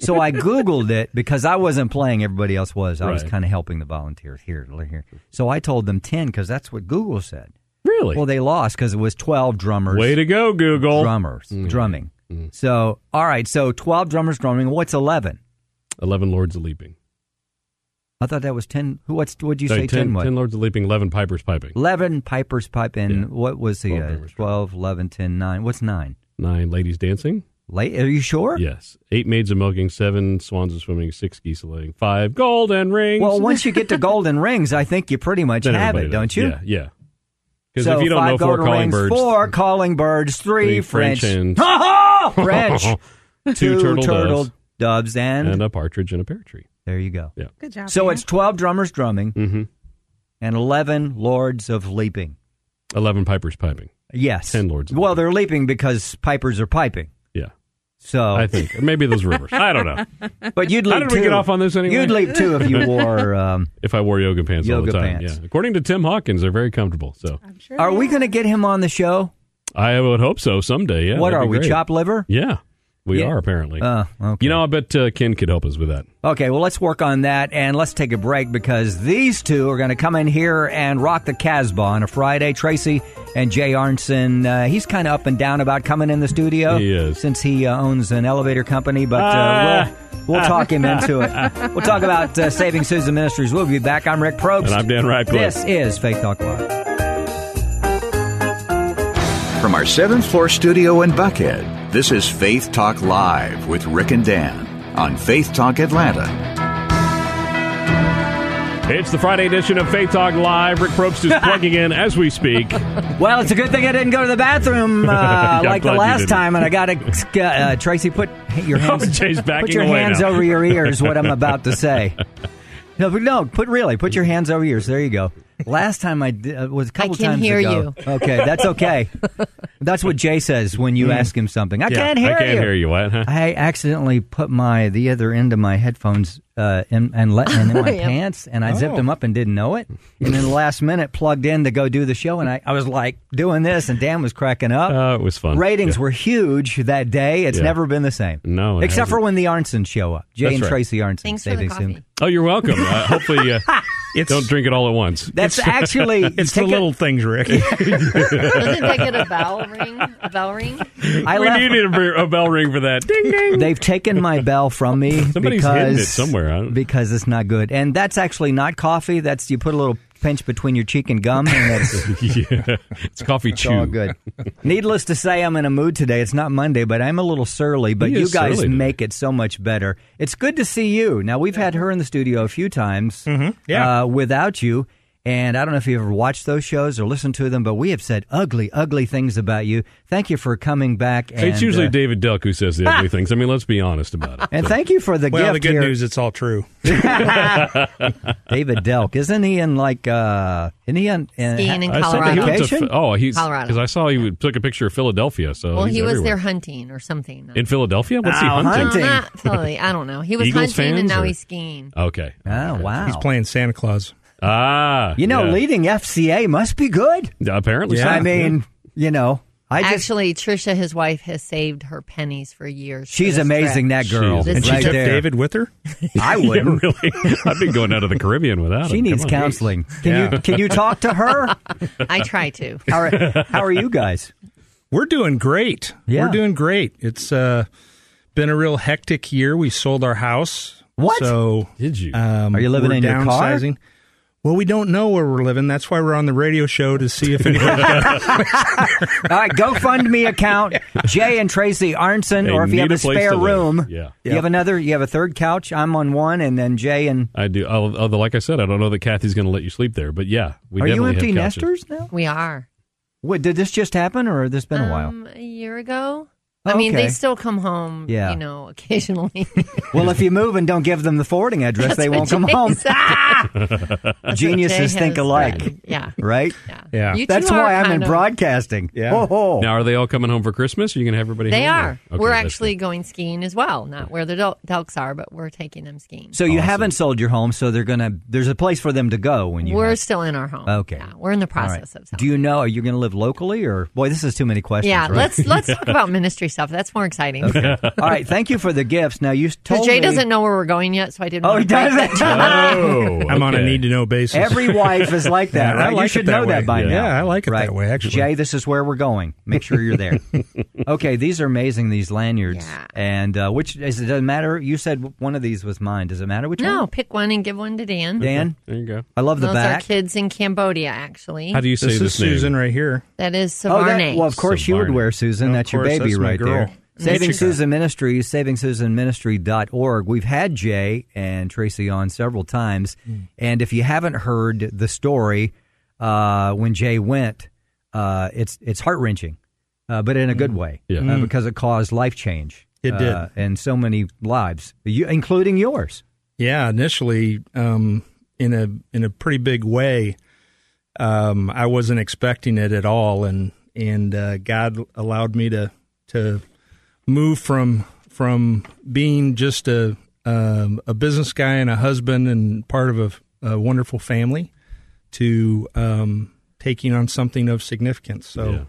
[SPEAKER 4] So I Googled it because I wasn't playing. Everybody else was. I was
[SPEAKER 5] Right.
[SPEAKER 4] kind of helping the volunteers here, here. So I told them 10 because that's what Google said.
[SPEAKER 5] Really?
[SPEAKER 4] Well, they lost because it was 12 drummers.
[SPEAKER 5] Way to go, Google. Mm.
[SPEAKER 4] drummers drumming. So, all right. So 12 drummers drumming. What's 11?
[SPEAKER 5] 11 Lords of Leaping.
[SPEAKER 4] I thought that was 10. Who? What's, what'd you
[SPEAKER 5] Sorry,
[SPEAKER 4] say 10 was?
[SPEAKER 5] 10 Lords of Leaping, 11 Pipers Piping.
[SPEAKER 4] 11 pipers pipe in.
[SPEAKER 5] Yeah.
[SPEAKER 4] What was the
[SPEAKER 5] 12
[SPEAKER 4] uh,
[SPEAKER 5] drummers.
[SPEAKER 4] 12, 11, 10, 9? What's 9?
[SPEAKER 5] Nine Ladies Dancing.
[SPEAKER 4] Late? Are you sure?
[SPEAKER 5] Yes. Eight Maids a Milking, seven Swans a Swimming, six Geese a Laying, five Golden Rings.
[SPEAKER 4] Well, once you get to golden rings, I think you pretty much
[SPEAKER 5] Then
[SPEAKER 4] have
[SPEAKER 5] everybody
[SPEAKER 4] it, don't
[SPEAKER 5] knows.
[SPEAKER 4] you?
[SPEAKER 5] Yeah. Yeah. Because
[SPEAKER 4] So
[SPEAKER 5] if you don't
[SPEAKER 4] five
[SPEAKER 5] know four
[SPEAKER 4] golden
[SPEAKER 5] calling
[SPEAKER 4] rings,
[SPEAKER 5] birds,
[SPEAKER 4] four calling birds, three,
[SPEAKER 5] Three
[SPEAKER 4] French,
[SPEAKER 5] French hens.
[SPEAKER 4] Ha ha! French,
[SPEAKER 5] two, turtle, doves,
[SPEAKER 4] turtle doves, and,
[SPEAKER 5] and uh, a partridge in a pear tree.
[SPEAKER 4] there you go.
[SPEAKER 7] Good job.
[SPEAKER 4] So
[SPEAKER 7] Hannah.
[SPEAKER 4] it's twelve drummers drumming
[SPEAKER 5] Mm-hmm.
[SPEAKER 4] and eleven lords of leaping.
[SPEAKER 5] 11 Pipers Piping.
[SPEAKER 4] Yes,
[SPEAKER 5] 10 lords of
[SPEAKER 4] Well,
[SPEAKER 5] leaping.
[SPEAKER 4] they're leaping because pipers are piping.
[SPEAKER 5] Yeah.
[SPEAKER 4] So,
[SPEAKER 5] I think. Or maybe those rivers. I don't know.
[SPEAKER 4] but you'd leap
[SPEAKER 5] How did we
[SPEAKER 4] two.
[SPEAKER 5] get off on this anyway?
[SPEAKER 4] You'd leap two if you wore. Um,
[SPEAKER 5] If I wore yoga pants all
[SPEAKER 4] Yoga
[SPEAKER 5] the time.
[SPEAKER 4] pants.
[SPEAKER 5] Yeah. According to Tim Hawkins, they're very comfortable. So
[SPEAKER 7] I'm sure
[SPEAKER 4] are
[SPEAKER 7] they
[SPEAKER 4] we going to get him on the show?
[SPEAKER 5] I would hope so someday. Yeah.
[SPEAKER 4] what
[SPEAKER 5] that'd
[SPEAKER 4] are
[SPEAKER 5] be
[SPEAKER 4] we?
[SPEAKER 5] great.
[SPEAKER 4] Chop liver?
[SPEAKER 5] Yeah. We
[SPEAKER 4] Yeah.
[SPEAKER 5] are apparently.
[SPEAKER 4] Uh, okay.
[SPEAKER 5] You know, I bet uh, Ken could help us with that.
[SPEAKER 4] Okay, well, let's work on that and let's take a break because these two are going to come in here and rock the Casbah on a Friday. Tracy and Jay Arnson, uh, he's kind of up and down about coming in the studio.
[SPEAKER 5] He is.
[SPEAKER 4] Since he uh, owns an elevator company, but uh,
[SPEAKER 5] Ah.
[SPEAKER 4] we'll, we'll talk him into it. We'll talk about uh, Saving Susan Ministries. We'll be back. I'm Rick Probst.
[SPEAKER 5] And I'm Dan Radcliffe.
[SPEAKER 4] This is Faith Talk Live.
[SPEAKER 8] From our seventh floor studio in Buckhead, this is Faith Talk Live with Rick and Dan on Faith Talk Atlanta.
[SPEAKER 5] It's the Friday edition of Faith Talk Live. Rick Probst is plugging in as we speak.
[SPEAKER 4] Well, it's a good thing I didn't go to the bathroom uh,
[SPEAKER 5] I'm
[SPEAKER 4] like the
[SPEAKER 5] glad you
[SPEAKER 4] last
[SPEAKER 5] didn't.
[SPEAKER 4] time, and I got to uh, Tracy put your hands.
[SPEAKER 5] Oh, Jay's
[SPEAKER 4] put
[SPEAKER 5] backing
[SPEAKER 4] your
[SPEAKER 5] away
[SPEAKER 4] hands
[SPEAKER 5] now.
[SPEAKER 4] over your ears. What I'm about to say. No, but no, put really put your hands over yours. There you go. Last time I did, uh, was a couple
[SPEAKER 6] can
[SPEAKER 4] times
[SPEAKER 6] hear
[SPEAKER 4] ago. you. Okay, that's okay. That's what Jay says when you ask him something. I can't hear
[SPEAKER 5] Mm. I can't
[SPEAKER 4] you.
[SPEAKER 5] hear you. What? huh?
[SPEAKER 4] I accidentally put my the other end of my headphones uh, in, and let and in my pants, and I zipped them up and didn't know it. And then last minute, plugged in to go do the show, and I, I was like doing this, and Dan was cracking up.
[SPEAKER 5] Uh, it was fun.
[SPEAKER 4] Ratings
[SPEAKER 5] Yeah.
[SPEAKER 4] were huge that day. It's
[SPEAKER 5] Yeah.
[SPEAKER 4] never been the same.
[SPEAKER 5] No, it
[SPEAKER 4] except for
[SPEAKER 5] hasn't.
[SPEAKER 4] when the Arnsons show up, Jay
[SPEAKER 5] That's
[SPEAKER 4] and
[SPEAKER 5] right.
[SPEAKER 4] Tracy Arnson.
[SPEAKER 6] Thanks for
[SPEAKER 4] Saving
[SPEAKER 6] the
[SPEAKER 4] Susan.
[SPEAKER 6] coffee.
[SPEAKER 5] Oh, you're welcome. Uh, hopefully, uh, don't drink it all at once.
[SPEAKER 4] That's actually
[SPEAKER 9] It's the
[SPEAKER 4] take a-
[SPEAKER 9] little things, Rick.
[SPEAKER 6] Doesn't that get a bell ring? A bell ring?
[SPEAKER 4] I
[SPEAKER 5] we
[SPEAKER 4] left-
[SPEAKER 5] needed a, br- a bell ring for that. Ding ding.
[SPEAKER 4] They've taken my bell from me
[SPEAKER 5] Somebody's
[SPEAKER 4] because
[SPEAKER 5] hidden it somewhere. I don't-
[SPEAKER 4] because it's not good. And that's actually not coffee. That's you put a little pinch between your cheek and gum, and that's
[SPEAKER 5] yeah, it's coffee
[SPEAKER 4] It's
[SPEAKER 5] chew.
[SPEAKER 4] all good. Needless to say, I'm in a mood today. It's not Monday, but I'm a little surly. But
[SPEAKER 5] He
[SPEAKER 4] you
[SPEAKER 5] is
[SPEAKER 4] guys
[SPEAKER 5] surly today.
[SPEAKER 4] make it so much better. It's good to see you. Now we've had her in the studio a few times
[SPEAKER 5] Mm-hmm.
[SPEAKER 3] Yeah.
[SPEAKER 4] uh, without you, and I don't know if you ever watched those shows or listened to them, but we have said ugly, ugly things about you. Thank you for coming back. And,
[SPEAKER 5] it's usually
[SPEAKER 4] uh,
[SPEAKER 5] David Duck who says the ugly things. I mean, let's be honest about it.
[SPEAKER 4] and thank you for the
[SPEAKER 3] Well,
[SPEAKER 4] gift
[SPEAKER 3] the good
[SPEAKER 4] here,
[SPEAKER 3] news, it's all true.
[SPEAKER 4] David Delk. Isn't he in like? uh Isn't he in? in
[SPEAKER 6] Skiing in
[SPEAKER 5] I saw that he
[SPEAKER 6] Colorado.
[SPEAKER 5] went to-
[SPEAKER 4] Vacation?
[SPEAKER 5] oh, he's
[SPEAKER 6] Colorado.
[SPEAKER 5] because I saw he took a picture of Philadelphia. So
[SPEAKER 6] Well,
[SPEAKER 5] he's
[SPEAKER 6] he was
[SPEAKER 5] everywhere.
[SPEAKER 6] there hunting or something.
[SPEAKER 5] in Philadelphia. What's he
[SPEAKER 4] Oh,
[SPEAKER 5] hunting?
[SPEAKER 4] hunting.
[SPEAKER 6] Not totally. I don't know. He was
[SPEAKER 5] Eagles
[SPEAKER 6] hunting and
[SPEAKER 5] fans
[SPEAKER 6] now
[SPEAKER 5] or-
[SPEAKER 6] he's skiing.
[SPEAKER 5] Okay.
[SPEAKER 4] oh wow!
[SPEAKER 3] He's playing Santa Claus.
[SPEAKER 5] Ah,
[SPEAKER 4] You know,
[SPEAKER 5] yeah.
[SPEAKER 4] leading FCA must be good.
[SPEAKER 5] Apparently,
[SPEAKER 3] Yeah.
[SPEAKER 5] so.
[SPEAKER 4] I mean, you know, I just
[SPEAKER 6] Actually, Trisha, his wife, has saved her pennies for years. for
[SPEAKER 4] she's
[SPEAKER 6] this
[SPEAKER 4] amazing.
[SPEAKER 6] trip.
[SPEAKER 4] That girl,
[SPEAKER 5] She is.
[SPEAKER 3] And she
[SPEAKER 4] right
[SPEAKER 3] took
[SPEAKER 4] there.
[SPEAKER 3] David with her?
[SPEAKER 4] I
[SPEAKER 5] Yeah,
[SPEAKER 4] wouldn't.
[SPEAKER 5] really. I've been going out of the Caribbean without
[SPEAKER 4] She
[SPEAKER 5] him. Come
[SPEAKER 4] needs
[SPEAKER 5] on.
[SPEAKER 4] counseling. Can you can you talk to her?
[SPEAKER 6] I try to.
[SPEAKER 4] How are, how are you guys?
[SPEAKER 3] We're doing great.
[SPEAKER 4] Yeah.
[SPEAKER 3] We're doing great. It's uh, been a real hectic year. We sold our house.
[SPEAKER 4] What?
[SPEAKER 3] So
[SPEAKER 5] Did you?
[SPEAKER 3] um,
[SPEAKER 4] Are you living
[SPEAKER 3] we're
[SPEAKER 4] in your car?
[SPEAKER 3] downsizing. Well, we don't know where we're living. That's why we're on the radio show to see if anybody.
[SPEAKER 4] All right, GoFundMe account Jay and Tracy Arnson,
[SPEAKER 5] They
[SPEAKER 4] or if you have
[SPEAKER 5] need a
[SPEAKER 4] a
[SPEAKER 5] place
[SPEAKER 4] spare
[SPEAKER 5] to live.
[SPEAKER 4] room,
[SPEAKER 5] Yeah.
[SPEAKER 4] you have another. You have a third couch. I'm on one, and then Jay and
[SPEAKER 5] I do. al- Although, like I said, I don't know that Kathy's going to let you sleep there. But yeah, we
[SPEAKER 4] are you
[SPEAKER 5] definitely have
[SPEAKER 4] empty
[SPEAKER 5] couches.
[SPEAKER 4] nesters now?
[SPEAKER 6] We are.
[SPEAKER 4] What did this just happen, or has this been a while?
[SPEAKER 6] Um, a year ago.
[SPEAKER 4] Oh,
[SPEAKER 6] I mean,
[SPEAKER 4] okay.
[SPEAKER 6] they still come home,
[SPEAKER 4] Yeah.
[SPEAKER 6] you know, occasionally.
[SPEAKER 4] Well, if you move and don't give them the forwarding address, they won't come home. Geniuses
[SPEAKER 6] Jay
[SPEAKER 4] think
[SPEAKER 6] has
[SPEAKER 4] alike,
[SPEAKER 6] done. Yeah.
[SPEAKER 4] right?
[SPEAKER 6] Yeah.
[SPEAKER 3] Yeah.
[SPEAKER 6] You two
[SPEAKER 4] That's
[SPEAKER 6] are
[SPEAKER 4] why I'm
[SPEAKER 6] kind
[SPEAKER 4] in
[SPEAKER 6] of-
[SPEAKER 4] broadcasting.
[SPEAKER 3] Yeah.
[SPEAKER 4] Ho, ho.
[SPEAKER 5] Now, are they all coming home for Christmas? Are you going to have everybody?
[SPEAKER 6] They
[SPEAKER 5] home, or-
[SPEAKER 6] are.
[SPEAKER 5] Okay,
[SPEAKER 6] we're
[SPEAKER 5] that's
[SPEAKER 6] actually going skiing as well. Not where the Del- Delks are, but we're taking them skiing.
[SPEAKER 4] So you haven't sold your home, so they're gonna. There's a place for them to go when you.
[SPEAKER 6] we're
[SPEAKER 4] have-
[SPEAKER 6] still in our home.
[SPEAKER 4] Okay.
[SPEAKER 6] Yeah, we're in the
[SPEAKER 4] All right.
[SPEAKER 6] process of selling.
[SPEAKER 4] Do you know? Are you going to live locally, or boy, this is too many questions.
[SPEAKER 6] yeah,
[SPEAKER 4] right?
[SPEAKER 6] let's let's talk about ministry stuff. That's more exciting. Because
[SPEAKER 4] All right, thank you for the gifts. Now you told
[SPEAKER 6] Jay
[SPEAKER 4] me
[SPEAKER 6] doesn't know where we're going yet, so I didn't.
[SPEAKER 4] Oh,
[SPEAKER 6] want
[SPEAKER 4] he
[SPEAKER 6] to break that
[SPEAKER 4] doesn't.
[SPEAKER 6] to him.
[SPEAKER 5] Oh,
[SPEAKER 3] I'm on a
[SPEAKER 5] okay.
[SPEAKER 3] need to know basis.
[SPEAKER 4] every wife is like
[SPEAKER 3] Yeah,
[SPEAKER 4] that.
[SPEAKER 3] I
[SPEAKER 4] right? you
[SPEAKER 3] like it
[SPEAKER 4] should
[SPEAKER 3] that
[SPEAKER 4] know
[SPEAKER 3] way.
[SPEAKER 4] that by
[SPEAKER 3] Yeah.
[SPEAKER 4] now.
[SPEAKER 3] Yeah, I like it
[SPEAKER 4] right?
[SPEAKER 3] that way, actually.
[SPEAKER 4] Jay, this is where we're going. Make sure you're there. okay, these are amazing. These lanyards,
[SPEAKER 6] Yeah.
[SPEAKER 4] and uh, which is it doesn't matter. You said one of these was mine. Does it matter which
[SPEAKER 6] No,
[SPEAKER 4] one?
[SPEAKER 6] pick one and give one to Dan.
[SPEAKER 4] Dan,
[SPEAKER 5] There you go.
[SPEAKER 4] I love Oh, the
[SPEAKER 6] Those are
[SPEAKER 4] back.
[SPEAKER 6] kids in Cambodia, actually.
[SPEAKER 5] How do you say
[SPEAKER 3] This
[SPEAKER 5] this,
[SPEAKER 3] is
[SPEAKER 5] name?
[SPEAKER 3] Susan right here.
[SPEAKER 6] that is Savarne.
[SPEAKER 4] Oh, that, well, of course you would
[SPEAKER 5] Savarne.
[SPEAKER 4] wear Susan.
[SPEAKER 3] Of
[SPEAKER 4] that's
[SPEAKER 3] course,
[SPEAKER 4] your baby
[SPEAKER 3] that's my
[SPEAKER 4] right
[SPEAKER 3] girl.
[SPEAKER 4] there. Saving
[SPEAKER 3] Michigan.
[SPEAKER 4] Susan Ministries, savingsusanministry.org. We've had Jay and Tracy on several times.
[SPEAKER 3] Hmm.
[SPEAKER 4] And if you haven't heard the story, uh, when Jay went, uh, it's, it's heart wrenching, uh, but in a good way
[SPEAKER 5] Yeah.
[SPEAKER 4] uh, because it caused life change.
[SPEAKER 3] Hmm. It did.
[SPEAKER 4] uh, And so many lives, you, including yours.
[SPEAKER 3] Yeah, initially, um, in a in a pretty big way, um, I wasn't expecting it at all, and and uh, God allowed me to to move from from being just a um, a business guy and a husband and part of a, a wonderful family to um, taking on something of significance. So
[SPEAKER 5] Yeah.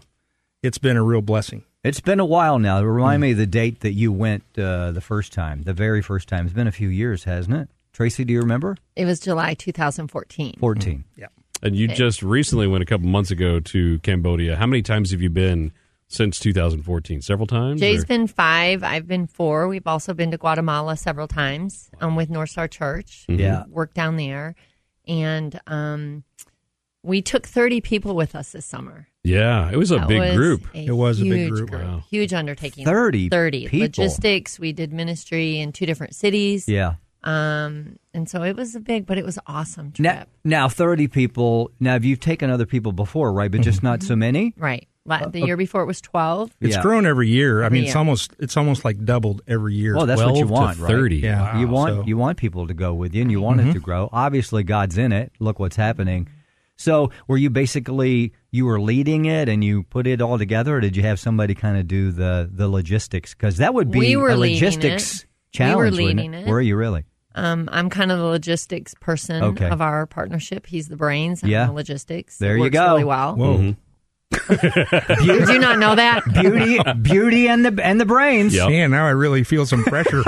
[SPEAKER 3] it's been a real blessing.
[SPEAKER 4] It's been a while now. Remind me of the date that you went uh, the first time, the very first time. It's been a few years, hasn't it? Tracy, do you remember?
[SPEAKER 6] It was July 2014.
[SPEAKER 4] 14.
[SPEAKER 3] Mm-hmm.
[SPEAKER 5] And you just recently went a couple months ago to Cambodia. How many times have you been since 2014? Several times.
[SPEAKER 6] Jay's
[SPEAKER 5] or-
[SPEAKER 6] been five. I've been four. We've also been to Guatemala several times um, with North Star Church.
[SPEAKER 4] Yeah.
[SPEAKER 6] Worked down there. And um, we took 30 people with us this summer.
[SPEAKER 5] Yeah, it was a
[SPEAKER 6] That
[SPEAKER 5] big
[SPEAKER 6] was
[SPEAKER 5] group.
[SPEAKER 6] A
[SPEAKER 3] It was a big
[SPEAKER 6] huge
[SPEAKER 3] group.
[SPEAKER 5] Wow.
[SPEAKER 6] Huge undertaking.
[SPEAKER 4] 30 people.
[SPEAKER 6] Logistics. We did ministry in two different cities.
[SPEAKER 4] Yeah.
[SPEAKER 6] Um, and so it was a big, but it was awesome trip.
[SPEAKER 4] Now, now, 30 people. Now, you've taken other people before, right? But
[SPEAKER 3] Mm-hmm.
[SPEAKER 4] just not so many?
[SPEAKER 6] Right.
[SPEAKER 4] Uh,
[SPEAKER 6] La- The year before it was 12.
[SPEAKER 3] It's
[SPEAKER 4] Yeah.
[SPEAKER 3] grown every year. I mean, it's
[SPEAKER 6] year.
[SPEAKER 3] almost it's almost like doubled every year.
[SPEAKER 4] Well, that's what
[SPEAKER 5] 12
[SPEAKER 4] you want,
[SPEAKER 5] to
[SPEAKER 4] right?
[SPEAKER 5] 30.
[SPEAKER 3] Yeah. Wow.
[SPEAKER 4] You want
[SPEAKER 3] So- Mm-hmm.
[SPEAKER 4] you want people to go with you and you want it to grow. Obviously God's in it. Look what's happening. So, were you basically you were leading it and you put it all together or did you have somebody kind of do the the logistics cuz that would be
[SPEAKER 6] We were
[SPEAKER 4] a
[SPEAKER 6] leading
[SPEAKER 4] logistics
[SPEAKER 6] it. We were
[SPEAKER 4] challenge wouldn't
[SPEAKER 6] leading it.
[SPEAKER 4] Were you really?
[SPEAKER 6] Um, I'm kind of the logistics person
[SPEAKER 4] Okay.
[SPEAKER 6] of our partnership. He's the brains. I'm
[SPEAKER 4] Yeah.
[SPEAKER 6] the logistics.
[SPEAKER 4] There
[SPEAKER 6] it
[SPEAKER 4] you
[SPEAKER 6] works
[SPEAKER 4] go.
[SPEAKER 6] Really well.
[SPEAKER 3] Whoa.
[SPEAKER 6] Did you not know that?
[SPEAKER 4] Beauty beauty and the and the brains.
[SPEAKER 5] Yeah.
[SPEAKER 3] Man, now I really feel some pressure.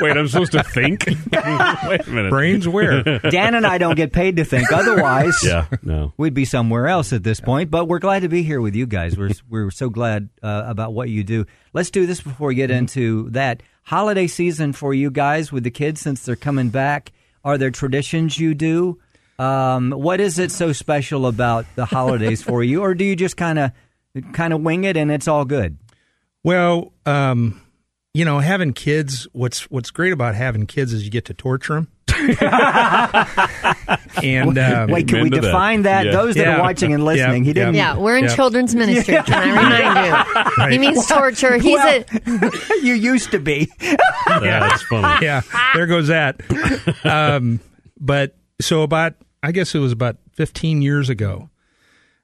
[SPEAKER 5] Wait, I'm supposed to think. Wait a minute.
[SPEAKER 3] Brains where?
[SPEAKER 4] Dan and I don't get paid to think otherwise.
[SPEAKER 5] Yeah. No.
[SPEAKER 4] we'd be somewhere else at this point. But we're glad to be here with you guys. We're we're so glad uh, about what you do. Let's do
[SPEAKER 5] Mm-hmm.
[SPEAKER 4] this before we get into that holiday season for you guys with the kids since they're coming back. Are there traditions you do? Um, what is it so special about the holidays for you, or do you just kind of kind of wing it and it's all good?
[SPEAKER 3] Well, um, you know, having kids. What's What's great about having kids is you get to torture them. and um,
[SPEAKER 4] Wait, can we define that? Those that are watching and listening, he didn't.
[SPEAKER 6] Yeah, we're in children's ministry. Can I remind you? He means torture. He's a
[SPEAKER 4] you used to be.
[SPEAKER 3] yeah, that's funny. Yeah, there goes that. Um, but so about, I guess it was about 15 years ago.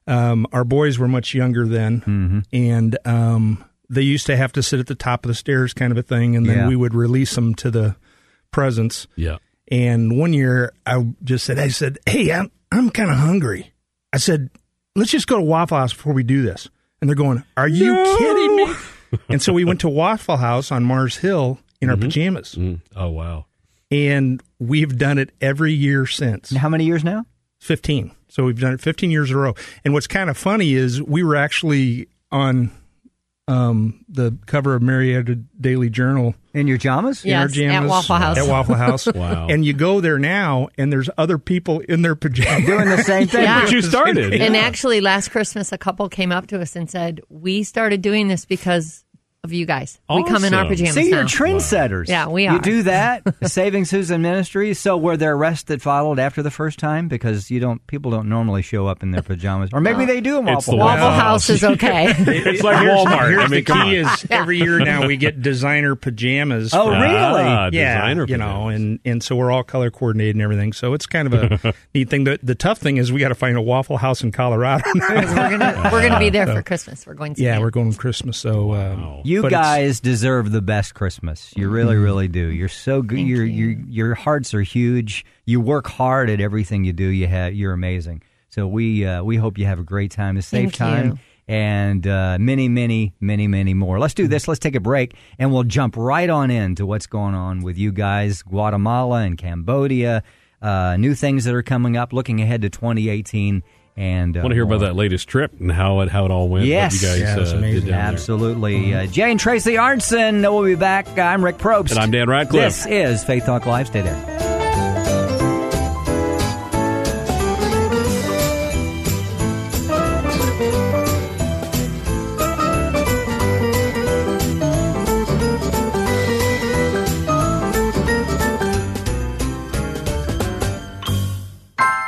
[SPEAKER 3] Um, our boys were much younger then,
[SPEAKER 4] Mm-hmm.
[SPEAKER 3] and um, they used to have to sit at the top of the stairs, kind of a thing, and then
[SPEAKER 5] Yeah.
[SPEAKER 3] we would release them to the presence.
[SPEAKER 5] Yeah.
[SPEAKER 3] And one year, I just said, I said, "Hey, I'm I'm kind of hungry." I said, "Let's just go to Waffle House before we do this." And they're going, "Are you kidding me?" and so we went to Waffle House on Mars Hill in our pajamas.
[SPEAKER 5] Oh wow!
[SPEAKER 3] And we've done it every year since.
[SPEAKER 4] How many years now?
[SPEAKER 3] 15. So we've done it 15 years in a row. And what's kind of funny is we were actually on um, the cover of Marietta Daily Journal.
[SPEAKER 4] In your jamas?
[SPEAKER 3] In our
[SPEAKER 6] Yes, at
[SPEAKER 3] jamas.
[SPEAKER 6] Waffle House.
[SPEAKER 3] At Waffle House.
[SPEAKER 5] Wow.
[SPEAKER 3] And you go there now, and there's other people in their pajamas.
[SPEAKER 4] Doing the same thing.
[SPEAKER 6] Yeah.
[SPEAKER 5] But you started.
[SPEAKER 6] And actually, last Christmas, a couple came up to us and said, "We started doing this because of you guys. We come in our
[SPEAKER 5] Awesome.
[SPEAKER 6] pajamas
[SPEAKER 4] See,
[SPEAKER 6] now."
[SPEAKER 4] you're trendsetters.
[SPEAKER 6] Yeah, we
[SPEAKER 4] You
[SPEAKER 6] are.
[SPEAKER 4] do that, Saving Susan Ministries. So were there arrests that followed after the first time because you don't people don't normally show up in their pajamas, or maybe they do in
[SPEAKER 5] It's
[SPEAKER 4] Waffle
[SPEAKER 5] the
[SPEAKER 4] House.
[SPEAKER 6] Waffle House
[SPEAKER 4] Oh.
[SPEAKER 6] is okay.
[SPEAKER 5] It's like
[SPEAKER 3] Here's-
[SPEAKER 5] Walmart.
[SPEAKER 3] Here's
[SPEAKER 5] I mean,
[SPEAKER 3] the
[SPEAKER 5] come
[SPEAKER 3] key
[SPEAKER 5] on.
[SPEAKER 3] is every year now we get designer pajamas.
[SPEAKER 4] Oh,
[SPEAKER 3] for-
[SPEAKER 4] really?
[SPEAKER 5] Ah,
[SPEAKER 3] yeah,
[SPEAKER 5] designer
[SPEAKER 3] you know, and and so we're all color coordinated and everything. So it's kind of a neat thing. The, the tough thing is we got to find a Waffle House in Colorado.
[SPEAKER 6] we're gonna we're gonna be there for Christmas. We're going to
[SPEAKER 3] yeah,
[SPEAKER 6] be.
[SPEAKER 3] we're going with Christmas. So um,
[SPEAKER 4] You
[SPEAKER 3] but it's-
[SPEAKER 4] guys deserve the best Christmas. You really,
[SPEAKER 5] Mm-hmm.
[SPEAKER 4] really do. You're so good. Your your your hearts are huge. You work hard at everything you do. You have you're amazing. So we uh, we hope you have a great time. To save
[SPEAKER 6] Thank
[SPEAKER 4] time.
[SPEAKER 6] you.
[SPEAKER 4] And uh, many, many, many, many more. Let's
[SPEAKER 5] Mm-hmm.
[SPEAKER 4] do this. Let's take a break, and we'll jump right on in to what's going on with you guys, Guatemala and Cambodia, uh, new things that are coming up, looking ahead to 2018. And uh,
[SPEAKER 5] I want to hear about
[SPEAKER 4] more.
[SPEAKER 5] that latest trip and how it how it all went.
[SPEAKER 4] Yes.
[SPEAKER 5] what you guys
[SPEAKER 3] Yeah, it was
[SPEAKER 5] uh, did
[SPEAKER 3] amazing. Mm-hmm.
[SPEAKER 5] down there.
[SPEAKER 4] Absolutely. Uh, Jay and Tracy Arnson, uh, we'll be back. I'm Rick Probst.
[SPEAKER 5] And I'm Dan Radcliffe.
[SPEAKER 4] This is Faith Talk Live. Stay there.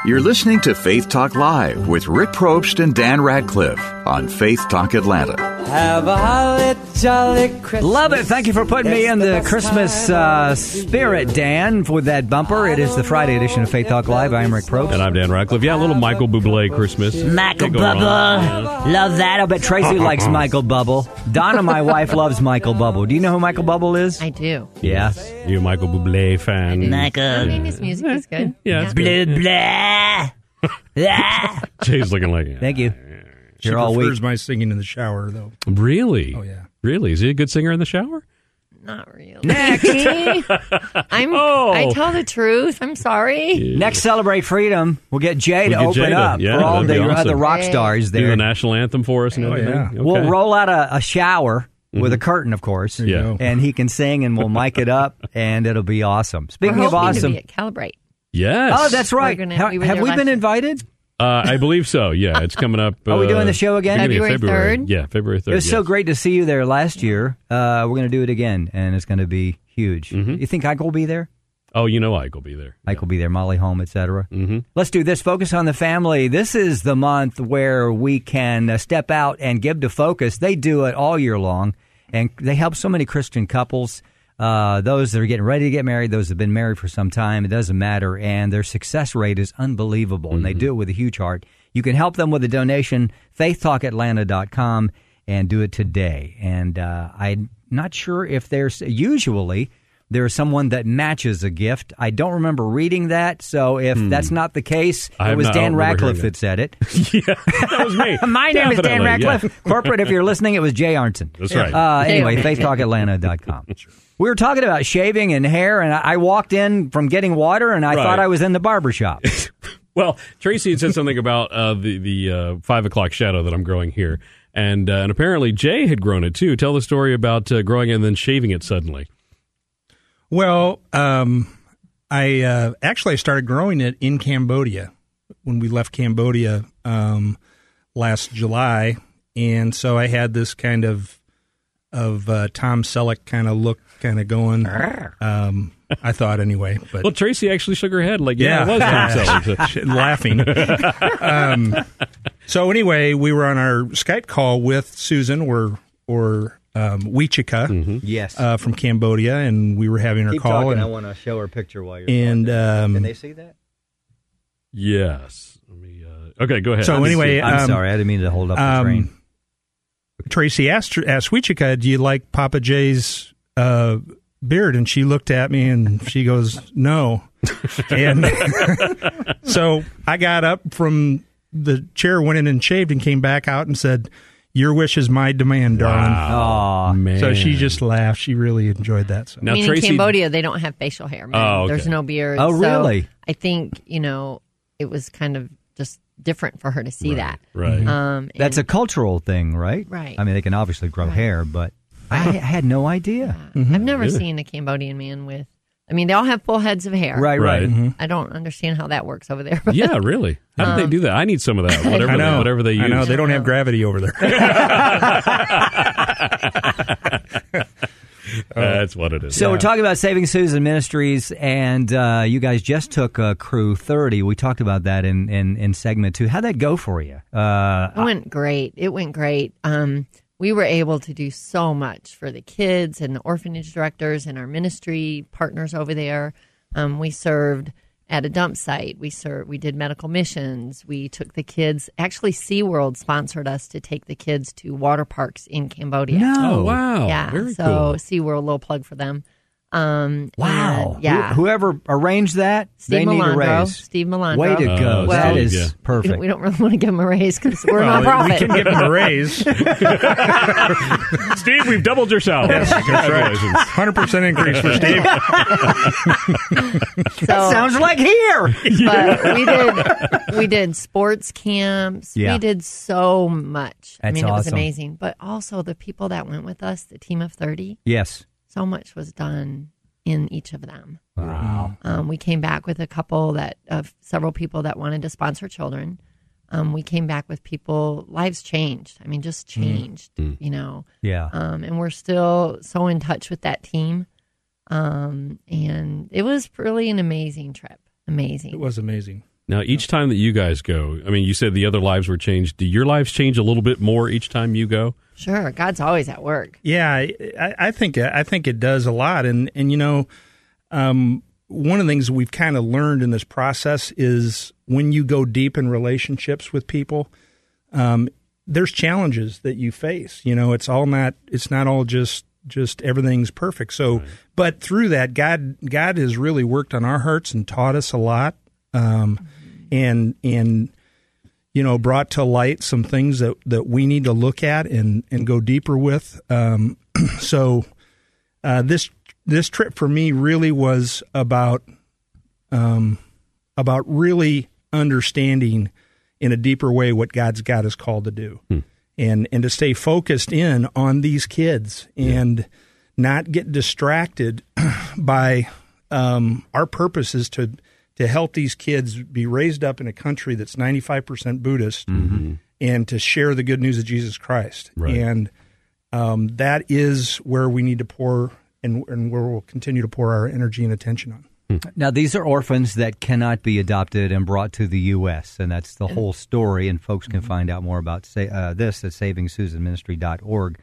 [SPEAKER 8] You're listening to Faith Talk Live with Rick Probst and Dan Radcliffe on Faith Talk Atlanta.
[SPEAKER 2] Have a holly jolly Christmas.
[SPEAKER 4] Love it. Thank you for putting me
[SPEAKER 2] It's
[SPEAKER 4] in the
[SPEAKER 2] best
[SPEAKER 4] Christmas
[SPEAKER 2] time
[SPEAKER 4] uh,
[SPEAKER 2] of the
[SPEAKER 4] spirit,
[SPEAKER 2] year.
[SPEAKER 4] Dan, for that bumper. It is the Friday edition of Faith Talk Live. I'm Rick Probst.
[SPEAKER 5] And I'm Dan Radcliffe. Yeah, a little Michael Bublé Christmas. Uh,
[SPEAKER 4] Michael
[SPEAKER 5] Can't go wrong.
[SPEAKER 4] Bubble. Love that. I bet Tracy likes Michael Bubble. Donna, my wife, loves Michael Bubble. Do you know who Michael Bubble is?
[SPEAKER 6] I do.
[SPEAKER 4] Yeah.
[SPEAKER 5] You a Michael Bublé fan?
[SPEAKER 6] I mean, his music is good.
[SPEAKER 5] Yeah, it's good.
[SPEAKER 4] blah. blah.
[SPEAKER 5] Jay's looking like it.
[SPEAKER 4] Thank you.
[SPEAKER 3] She
[SPEAKER 4] You're all weak.
[SPEAKER 3] prefers my singing in the shower, though.
[SPEAKER 5] Really?
[SPEAKER 3] Oh, yeah.
[SPEAKER 5] Really? Is he a good singer in the shower?
[SPEAKER 6] Not really. I'm.
[SPEAKER 4] Oh.
[SPEAKER 6] I tell the truth. I'm sorry.
[SPEAKER 4] Next, celebrate freedom. We'll get Jay to
[SPEAKER 5] We get
[SPEAKER 4] open
[SPEAKER 5] Jay to-
[SPEAKER 4] up
[SPEAKER 5] yeah,
[SPEAKER 4] for all
[SPEAKER 5] that'd be
[SPEAKER 4] the
[SPEAKER 5] awesome.
[SPEAKER 4] other rock stars
[SPEAKER 5] Do the
[SPEAKER 4] there.
[SPEAKER 5] national anthem for us and
[SPEAKER 3] Oh,
[SPEAKER 5] everything.
[SPEAKER 3] yeah.
[SPEAKER 5] Okay. Mm-hmm.
[SPEAKER 4] We'll roll out a, a shower with a curtain, of course.
[SPEAKER 5] Yeah.
[SPEAKER 3] go.
[SPEAKER 4] And he can sing, and we'll mic it up, and it'll be awesome. Speaking
[SPEAKER 6] we're
[SPEAKER 4] of
[SPEAKER 6] hoping
[SPEAKER 4] awesome,
[SPEAKER 6] to be at Calibrate.
[SPEAKER 5] Yes.
[SPEAKER 4] oh, that's right.
[SPEAKER 6] We're gonna-
[SPEAKER 4] Ha-
[SPEAKER 6] we were
[SPEAKER 4] have
[SPEAKER 6] there
[SPEAKER 4] we
[SPEAKER 6] last
[SPEAKER 4] been
[SPEAKER 6] year.
[SPEAKER 4] invited?
[SPEAKER 5] Uh, I believe so. Yeah, it's coming up.
[SPEAKER 4] Are we
[SPEAKER 5] uh,
[SPEAKER 4] doing the show again?
[SPEAKER 5] beginning of
[SPEAKER 6] February
[SPEAKER 5] February.
[SPEAKER 6] 3rd?
[SPEAKER 5] Yeah, February third.
[SPEAKER 4] It was so great to see you there last year. Uh, we're going to do it again, and it's going to be huge.
[SPEAKER 5] Mm-hmm.
[SPEAKER 4] You think Ike will be there?
[SPEAKER 5] Oh, you know Ike will be there.
[SPEAKER 4] Ike will be there, Molly Holm, etc.
[SPEAKER 5] Mhm.
[SPEAKER 4] Let's do this. Focus on the family. This is the month where we can uh, step out and give to focus. They do it all year long, and they help so many Christian couples. Uh, those that are getting ready to get married, those that have been married for some time, it doesn't matter. And their success rate is unbelievable, and they do it with a huge heart. You can help them with a donation, faithtalkatlanta.com, and do it today. And uh, I'm not sure if there's usually there's someone that matches a gift. I don't remember reading that, so if that's not the case,
[SPEAKER 5] Hmm. I
[SPEAKER 4] it
[SPEAKER 5] have
[SPEAKER 4] was
[SPEAKER 5] not- I
[SPEAKER 4] Dan
[SPEAKER 5] don't remember
[SPEAKER 4] Ratcliffe
[SPEAKER 5] hearing
[SPEAKER 4] that said it.
[SPEAKER 5] That was me.
[SPEAKER 4] My name is Dan
[SPEAKER 5] Definitely, yeah.
[SPEAKER 4] Ratcliffe. Corporate, if you're listening, it was Jay Arnson.
[SPEAKER 5] That's right.
[SPEAKER 4] Uh,
[SPEAKER 6] Jay
[SPEAKER 4] anyway,
[SPEAKER 6] Arnson.
[SPEAKER 4] faithtalkatlanta.com. We were talking about shaving and hair, and I I walked in from getting water, and I
[SPEAKER 5] Right.
[SPEAKER 4] thought I was in the barber shop.
[SPEAKER 5] Well, Tracy had said something about uh, the the uh, five o'clock shadow that I'm growing here, and uh, and apparently Jay had grown it too. Tell the story about uh, growing it and then shaving it suddenly.
[SPEAKER 3] Well, um, I uh, actually I started growing it in Cambodia when we left Cambodia um, last July, and so I had this kind of of uh, Tom Selleck kind of look kind of going. Um, I thought anyway, but
[SPEAKER 10] well, Tracy actually shook her head like, yeah, I was Tom Selleck.
[SPEAKER 3] laughing. um, so anyway, we were on our Skype call with Susan or or um, Wichika,
[SPEAKER 4] Yes.
[SPEAKER 5] Um,
[SPEAKER 3] uh, from Cambodia, and we were having her
[SPEAKER 4] Keep
[SPEAKER 3] call.
[SPEAKER 4] talking.
[SPEAKER 3] and
[SPEAKER 4] I want to show her picture while you're
[SPEAKER 3] and,
[SPEAKER 4] talking.
[SPEAKER 3] um,
[SPEAKER 4] Can they see that?
[SPEAKER 10] Yes. Let me, uh, okay, go ahead.
[SPEAKER 3] So anyway,
[SPEAKER 4] I'm
[SPEAKER 3] um,
[SPEAKER 4] sorry. I didn't mean to hold up the
[SPEAKER 3] um,
[SPEAKER 4] train.
[SPEAKER 3] Tracy asked asked Wichika, "Do you like Papa Jay's uh, beard?" And she looked at me and she goes, "No." and so I got up from the chair, went in and shaved, and came back out and said, "Your wish is my demand, darling."
[SPEAKER 5] Oh,
[SPEAKER 4] Aw.
[SPEAKER 10] man.
[SPEAKER 3] So she just laughed. She really enjoyed that. So
[SPEAKER 10] now
[SPEAKER 5] I mean,
[SPEAKER 10] Tracy.
[SPEAKER 5] in Cambodia, they don't have facial hair. Man.
[SPEAKER 10] Oh, okay.
[SPEAKER 5] There's no beard.
[SPEAKER 4] Oh,
[SPEAKER 5] So
[SPEAKER 4] really?
[SPEAKER 5] I think you know it was kind of just different for her to see that.
[SPEAKER 10] Right.
[SPEAKER 5] Um,
[SPEAKER 4] That's a
[SPEAKER 5] and-
[SPEAKER 4] cultural thing, right?
[SPEAKER 5] Right.
[SPEAKER 4] I mean, they can obviously grow hair, but I had no idea.
[SPEAKER 3] Mm-hmm.
[SPEAKER 5] I've never seen a Cambodian man with. I mean, they all have full heads of hair.
[SPEAKER 4] Right, right.
[SPEAKER 10] Right.
[SPEAKER 3] Mm-hmm.
[SPEAKER 5] I don't Um, understand how that works over there. but-
[SPEAKER 10] Yeah, really. How did they do that? I need some of that. Whatever,
[SPEAKER 3] I know.
[SPEAKER 10] They, whatever they use.
[SPEAKER 3] I know they don't have gravity over there.
[SPEAKER 10] That's what it is.
[SPEAKER 4] So we're talking about Saving Susan Ministries, and uh, you guys just took uh, Crew 30. We talked about that in, in, in segment two. How'd that go for you? Uh,
[SPEAKER 5] It went great. It went great. Um, we were able to do so much for the kids and the orphanage directors and our ministry partners over there. Um, we served at a dump site. We served. We did medical missions. We took the kids. Actually, SeaWorld sponsored us to take the kids to water parks in Cambodia.
[SPEAKER 10] Oh, wow.
[SPEAKER 5] Yeah.
[SPEAKER 10] Very
[SPEAKER 5] so
[SPEAKER 10] cool.
[SPEAKER 5] SeaWorld, little plug for them. Um,
[SPEAKER 4] Wow.
[SPEAKER 5] and, yeah.
[SPEAKER 4] Wh- whoever arranged that,
[SPEAKER 5] Steve
[SPEAKER 4] they need a
[SPEAKER 5] Malandro.
[SPEAKER 4] raise.
[SPEAKER 5] Steve Malandro.
[SPEAKER 4] Way to
[SPEAKER 5] Oh,
[SPEAKER 4] go.
[SPEAKER 5] Steve,
[SPEAKER 4] that is
[SPEAKER 10] yeah. We don't-
[SPEAKER 5] We
[SPEAKER 4] perfect.
[SPEAKER 5] don't, we don't really want to give them a raise because we're
[SPEAKER 3] Well,
[SPEAKER 5] not nonprofit.
[SPEAKER 3] we can give them a raise.
[SPEAKER 10] Steve, we've doubled your salary. Congratulations.
[SPEAKER 3] Hundred percent increase for Steve.
[SPEAKER 5] So-
[SPEAKER 4] Sounds like here.
[SPEAKER 5] but we did we did sports camps.
[SPEAKER 4] Yeah.
[SPEAKER 5] We did so much. I
[SPEAKER 4] That's
[SPEAKER 5] mean, it was
[SPEAKER 4] awesome.
[SPEAKER 5] amazing. But also the people that went with us, the team of thirty,
[SPEAKER 4] yes.
[SPEAKER 5] so much was done in each of them. Wow. Um, we came back with a couple that of several people that wanted to sponsor children. Um, we came back with people lives changed. I mean,
[SPEAKER 4] Mm.
[SPEAKER 5] just changed. You know.
[SPEAKER 4] Yeah.
[SPEAKER 5] Um, and we're still so in touch with that team. Um, and it was really an amazing trip. Amazing.
[SPEAKER 3] It was amazing.
[SPEAKER 10] Now, each time that you guys go, I mean, you said the other lives were changed. Do your lives change a little bit more each time you go?
[SPEAKER 5] Sure, God's always at work.
[SPEAKER 3] Yeah, I, I I think I think it does a lot, and and you know, um, one of the things we've kind of learned in this process is when you go deep in relationships with people, um, there's challenges that you face. You know, it's all not it's not all just just everything's perfect. So, but through that, God God has really worked on our hearts and taught us a lot, um, and and you know brought to light some things that that we need to look at and and go deeper with. Um, so, uh, this this trip for me really was about um, about really understanding in a deeper way what God's got us called to do, and and to stay focused in on these kids and not get distracted by um, our purpose is to to help these kids be raised up in a country that's ninety five percent Buddhist, and to share the good news of Jesus Christ, and um, that is where we need to pour and, and where we'll continue to pour our energy and attention on.
[SPEAKER 4] Now, these are orphans that cannot be adopted and brought to the U.S., and that's the whole story. And folks can find out more about sa- uh, this at savingsusanministry.org.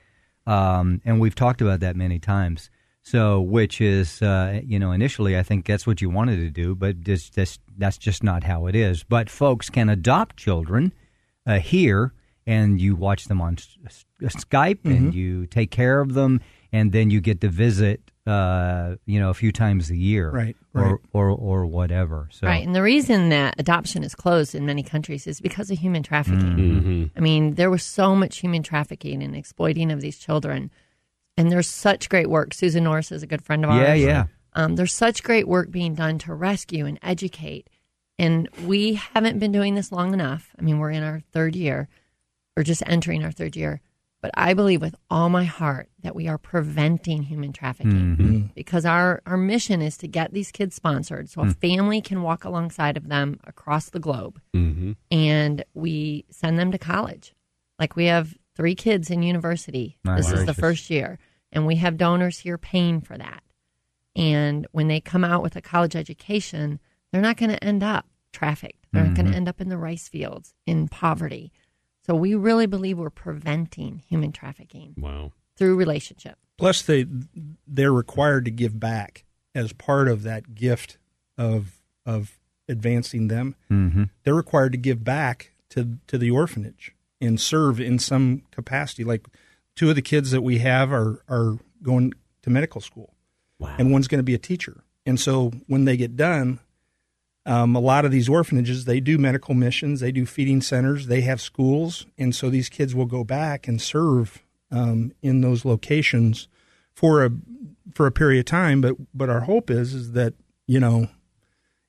[SPEAKER 4] Um, and we've talked about that many times. So, which is, uh, you know, initially I think that's what you wanted to do, but just, just, that's just not how it is. But folks can adopt children uh, here, and you watch them on S- S- Skype,
[SPEAKER 3] Mm-hmm.
[SPEAKER 4] and you take care of them, and then you get to visit, uh, you know, a few times a year
[SPEAKER 3] Right,
[SPEAKER 4] or,
[SPEAKER 3] right.
[SPEAKER 4] or or whatever. So
[SPEAKER 5] Right. And the reason that adoption is closed in many countries is because of human trafficking.
[SPEAKER 4] Mm-hmm.
[SPEAKER 5] I mean, there was so much human trafficking and exploiting of these children. And there's such great work. Susan Norris is a good friend of ours.
[SPEAKER 4] yeah, yeah,
[SPEAKER 5] Um, there's such great work being done to rescue and educate. And we haven't been doing this long enough. I mean, we're in our third year, or just entering our third year, But I believe with all my heart that we are preventing human trafficking
[SPEAKER 4] Mm-hmm.
[SPEAKER 11] Mhm.
[SPEAKER 5] because our, our mission is to get these kids sponsored so a
[SPEAKER 11] Mm.
[SPEAKER 5] family can walk alongside of them across the globe
[SPEAKER 11] Mm-hmm.
[SPEAKER 5] and we send them to college. Like we have three kids in university.
[SPEAKER 11] My
[SPEAKER 5] this is the
[SPEAKER 11] gracious.
[SPEAKER 5] first year. And we have donors here paying for that. And when they come out with a college education, they're not going to end up trafficked. They're not going
[SPEAKER 11] Mhm.
[SPEAKER 5] to end up in the rice fields in poverty. So we really believe we're preventing human trafficking
[SPEAKER 10] wow.
[SPEAKER 5] through relationship.
[SPEAKER 3] Plus, they they're required to give back as part of that gift of of advancing them.
[SPEAKER 4] Mhm.
[SPEAKER 3] They're required to give back to to the orphanage and serve in some capacity. Like two of the kids that we have are are going to medical school, and one's going to be a teacher. And so when they get done, um, a lot of these orphanages they do medical missions, they do feeding centers, they have schools, and so these kids will go back and serve um, in those locations for a for a period of time. But but our hope is is that you know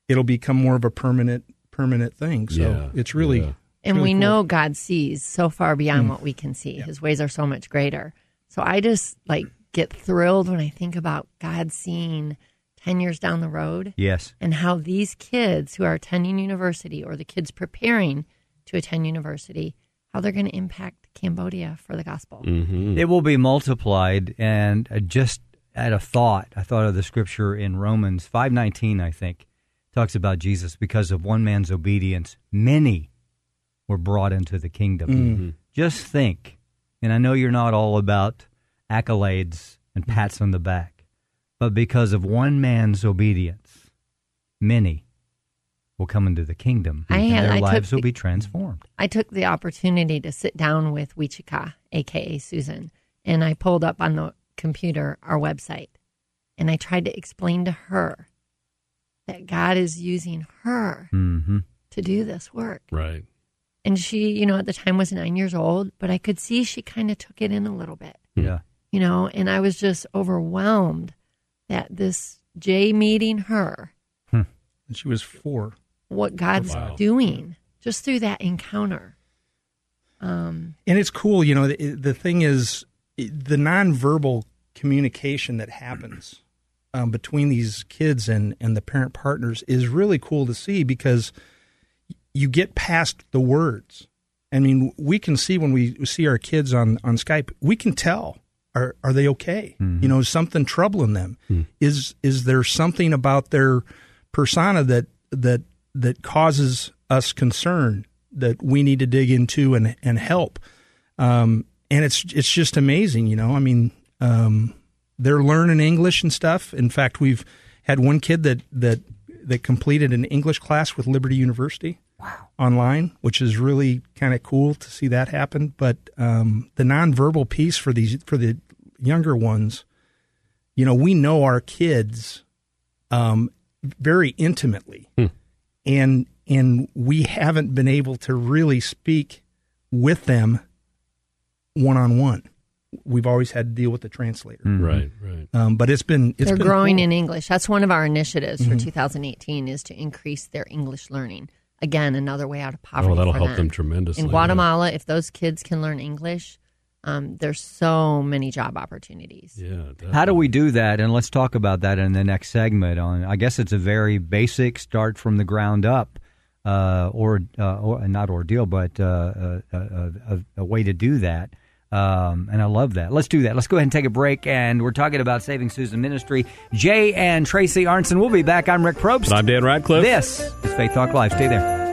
[SPEAKER 3] it'll become more of a permanent permanent thing. So
[SPEAKER 10] Yeah,
[SPEAKER 3] it's really
[SPEAKER 5] And
[SPEAKER 3] really
[SPEAKER 5] we
[SPEAKER 3] cool.
[SPEAKER 5] know God sees so far beyond
[SPEAKER 3] Mm.
[SPEAKER 5] what we can see. His ways are so much greater. So I just like get thrilled when I think about God seeing 10 years down the road
[SPEAKER 4] Yes.
[SPEAKER 5] and how these kids who are attending university or the kids preparing to attend university, how they're going to impact Cambodia for the gospel. Hmm.
[SPEAKER 4] It will be multiplied, and uh, just at a thought, I thought of the scripture in Romans five nineteen. I think talks about Jesus because of one man's obedience, many were brought into the kingdom.
[SPEAKER 5] Hmm.
[SPEAKER 3] Mhm.
[SPEAKER 4] Just think, and I know you're not all about accolades and pats on the back, but because of one man's obedience, many will come into the kingdom,
[SPEAKER 5] I
[SPEAKER 4] and
[SPEAKER 5] had-
[SPEAKER 4] their
[SPEAKER 5] I took
[SPEAKER 4] lives will
[SPEAKER 5] the-
[SPEAKER 4] be transformed.
[SPEAKER 5] I took the opportunity to sit down with Wichika, aka Susan, and I pulled up on the computer our website and I tried to explain to her that God is using her
[SPEAKER 4] Mm-hmm.
[SPEAKER 5] to do this work.
[SPEAKER 10] Right.
[SPEAKER 5] And she, you know, at the time was nine years old, but I could see she kind of took it in a little bit,
[SPEAKER 4] Yeah.
[SPEAKER 5] you know, and I was just overwhelmed that this Jay meeting her,
[SPEAKER 3] And she was four.
[SPEAKER 5] what God's
[SPEAKER 3] Wow.
[SPEAKER 5] doing just through that encounter. Um,
[SPEAKER 3] And it's cool, you know. The, the thing is, the nonverbal communication that happens um, between these kids and and the parent partners is really cool to see because you get past the words. I mean, we can see when we see our kids on on Skype, we can tell are are they okay? You know, is something troubling them? Is is there something about their persona that that that causes us concern that we need to dig into and and help? Um, and it's it's just amazing, you know. I mean, um, they're learning English and stuff. In fact, we've had one kid that that that completed an English class with Liberty University online, which is really kind of cool to see that happen. But um, the nonverbal piece for these for the younger ones, you know, we know our kids um, very intimately, and and we haven't been able to really speak with them one on one. We've always had to deal with the translator,
[SPEAKER 10] Right, right.
[SPEAKER 3] Um, but it's been it's
[SPEAKER 5] they're
[SPEAKER 3] been
[SPEAKER 5] growing
[SPEAKER 3] cool.
[SPEAKER 5] in English. That's one of our initiatives for
[SPEAKER 3] Mhm.
[SPEAKER 10] Mm-hmm.
[SPEAKER 5] 2018 is to increase their English learning. Again, another way out of poverty.
[SPEAKER 10] Oh, that'll
[SPEAKER 5] for
[SPEAKER 10] help them tremendously,
[SPEAKER 5] In
[SPEAKER 10] yeah.
[SPEAKER 5] Guatemala, if those kids can learn English, um, there's so many job opportunities.
[SPEAKER 10] Yeah.
[SPEAKER 4] How do we do that? And let's talk about that in the next segment. On I guess it's a very basic start from the ground up, uh, or, uh, or not ordeal, but uh, a, a, a, a way to do that. Um, and I love that. Let's do that. Let's go ahead and take a break. And we're talking about Saving Susan Ministry. Jay and Tracy Arnson will be back. I'm Rick Probst.
[SPEAKER 10] I'm Dan Radcliffe.
[SPEAKER 4] This is Faith Talk Live. Stay there.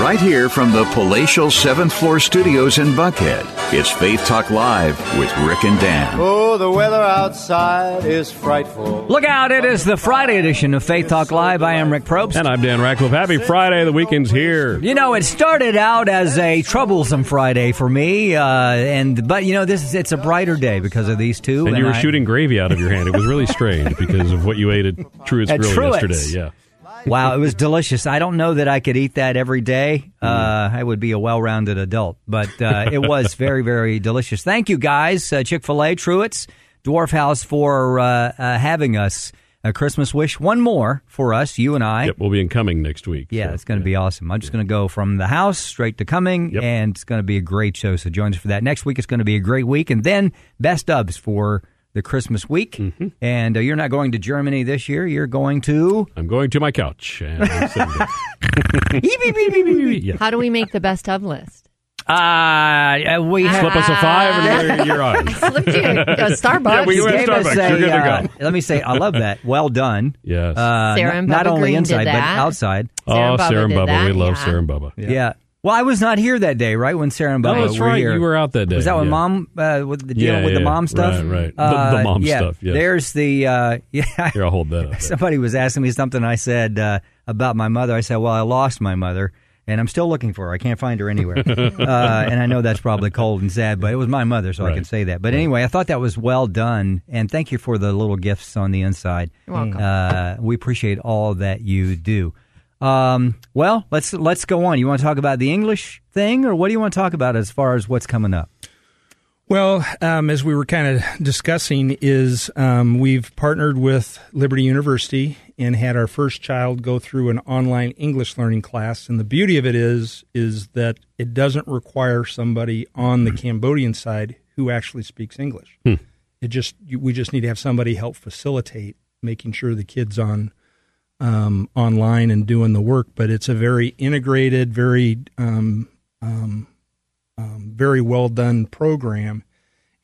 [SPEAKER 8] Right here from the Palatial 7th Floor Studios in Buckhead, it's Faith Talk Live with Rick and Dan.
[SPEAKER 12] Oh, the weather outside is frightful.
[SPEAKER 4] Look out! It is the Friday edition of Faith Talk Live. I am Rick Probst.
[SPEAKER 10] And I'm Dan Radcliffe. Happy Friday. The weekend's here.
[SPEAKER 4] You know, it started out as a troublesome Friday for me, uh, and but you know, this is it's a brighter day because of these two.
[SPEAKER 10] And you were
[SPEAKER 4] I-
[SPEAKER 10] shooting gravy out of your hand. It was really strange because of what you ate at Truett's
[SPEAKER 4] At
[SPEAKER 10] Grill
[SPEAKER 4] Truett's.
[SPEAKER 10] yesterday. Yeah.
[SPEAKER 4] wow, it was delicious. I don't know that I could eat that every day.
[SPEAKER 10] Mm-hmm.
[SPEAKER 4] Uh, I would be a well-rounded adult, but uh, it was very, very delicious. Thank you, guys. Uh, Chick Fil A, Truett's, Dwarf House for uh, uh, having us a Christmas wish, one more for us, you and I.
[SPEAKER 10] Yep, we'll be in coming next week.
[SPEAKER 4] Yeah, it's going to be awesome. I'm just going to go from the house straight to coming, and it's going to be a great show. So join us for that. Next week, it's going to be a great week. And then best dubs for the Christmas week.
[SPEAKER 10] Mm-hmm.
[SPEAKER 4] And uh, you're not going to Germany this year. You're going to.
[SPEAKER 10] I'm going to my couch. And Yeah.
[SPEAKER 5] How do we make the best of list?
[SPEAKER 4] Uh, we
[SPEAKER 10] Slip us a five and you're, you're on.
[SPEAKER 5] Ah. Slipped you a Starbucks.
[SPEAKER 10] Yeah, we
[SPEAKER 4] You
[SPEAKER 10] went
[SPEAKER 4] gave
[SPEAKER 10] to
[SPEAKER 4] us
[SPEAKER 10] Starbucks.
[SPEAKER 4] a,
[SPEAKER 10] You're good to
[SPEAKER 4] uh,
[SPEAKER 10] go.
[SPEAKER 4] let me say, I love that. Well done.
[SPEAKER 10] Yes.
[SPEAKER 4] Uh,
[SPEAKER 5] Sarah
[SPEAKER 4] n-
[SPEAKER 5] and
[SPEAKER 4] not
[SPEAKER 5] Bubba
[SPEAKER 4] only
[SPEAKER 5] Green did
[SPEAKER 4] inside, but
[SPEAKER 5] that.
[SPEAKER 4] outside.
[SPEAKER 5] Sarah and
[SPEAKER 10] oh,
[SPEAKER 5] Bubba
[SPEAKER 10] Sarah and
[SPEAKER 5] did
[SPEAKER 10] Bubba.
[SPEAKER 5] that,
[SPEAKER 10] we love
[SPEAKER 5] yeah.
[SPEAKER 10] Sarah and Bubba.
[SPEAKER 4] Yeah. Well, I was not here that day, right? When Sarah and
[SPEAKER 10] Oh,
[SPEAKER 4] Bubba
[SPEAKER 10] that's
[SPEAKER 4] were
[SPEAKER 10] right.
[SPEAKER 4] here.
[SPEAKER 10] You were out that day,
[SPEAKER 4] Was that when
[SPEAKER 10] yeah.
[SPEAKER 4] mom, uh, with the deal
[SPEAKER 10] Yeah,
[SPEAKER 4] with the
[SPEAKER 10] yeah,
[SPEAKER 4] mom
[SPEAKER 10] right,
[SPEAKER 4] stuff? Uh,
[SPEAKER 10] right. The-
[SPEAKER 5] uh,
[SPEAKER 10] the mom
[SPEAKER 4] yeah.
[SPEAKER 10] stuff, yes.
[SPEAKER 4] There's the, uh, yeah.
[SPEAKER 10] Here, I'll hold that up.
[SPEAKER 4] Somebody was asking me something I said uh, about my mother. I said, well, I lost my mother. And I'm still looking for her. I can't find her anywhere. uh, and I know that's probably cold and sad, but it was my mother, so I can say that. But anyway, I thought that was well done. And thank you for the little gifts on the inside.
[SPEAKER 5] You're welcome.
[SPEAKER 4] Uh, we appreciate all that you do. Um, well, let's let's go on. You want to talk about the English thing, or what do you want to talk about as far as what's coming up?
[SPEAKER 3] Well, um, as we were kind of discussing, is um, we've partnered with Liberty University and had our first child go through an online English learning class. And the beauty of it is, is that it doesn't require somebody on the Cambodian side who actually speaks English.
[SPEAKER 10] Hmm.
[SPEAKER 3] It just you, we just need to have somebody help facilitate making sure the kids on um, online and doing the work. But it's a very integrated, very um, um, um, very well done program.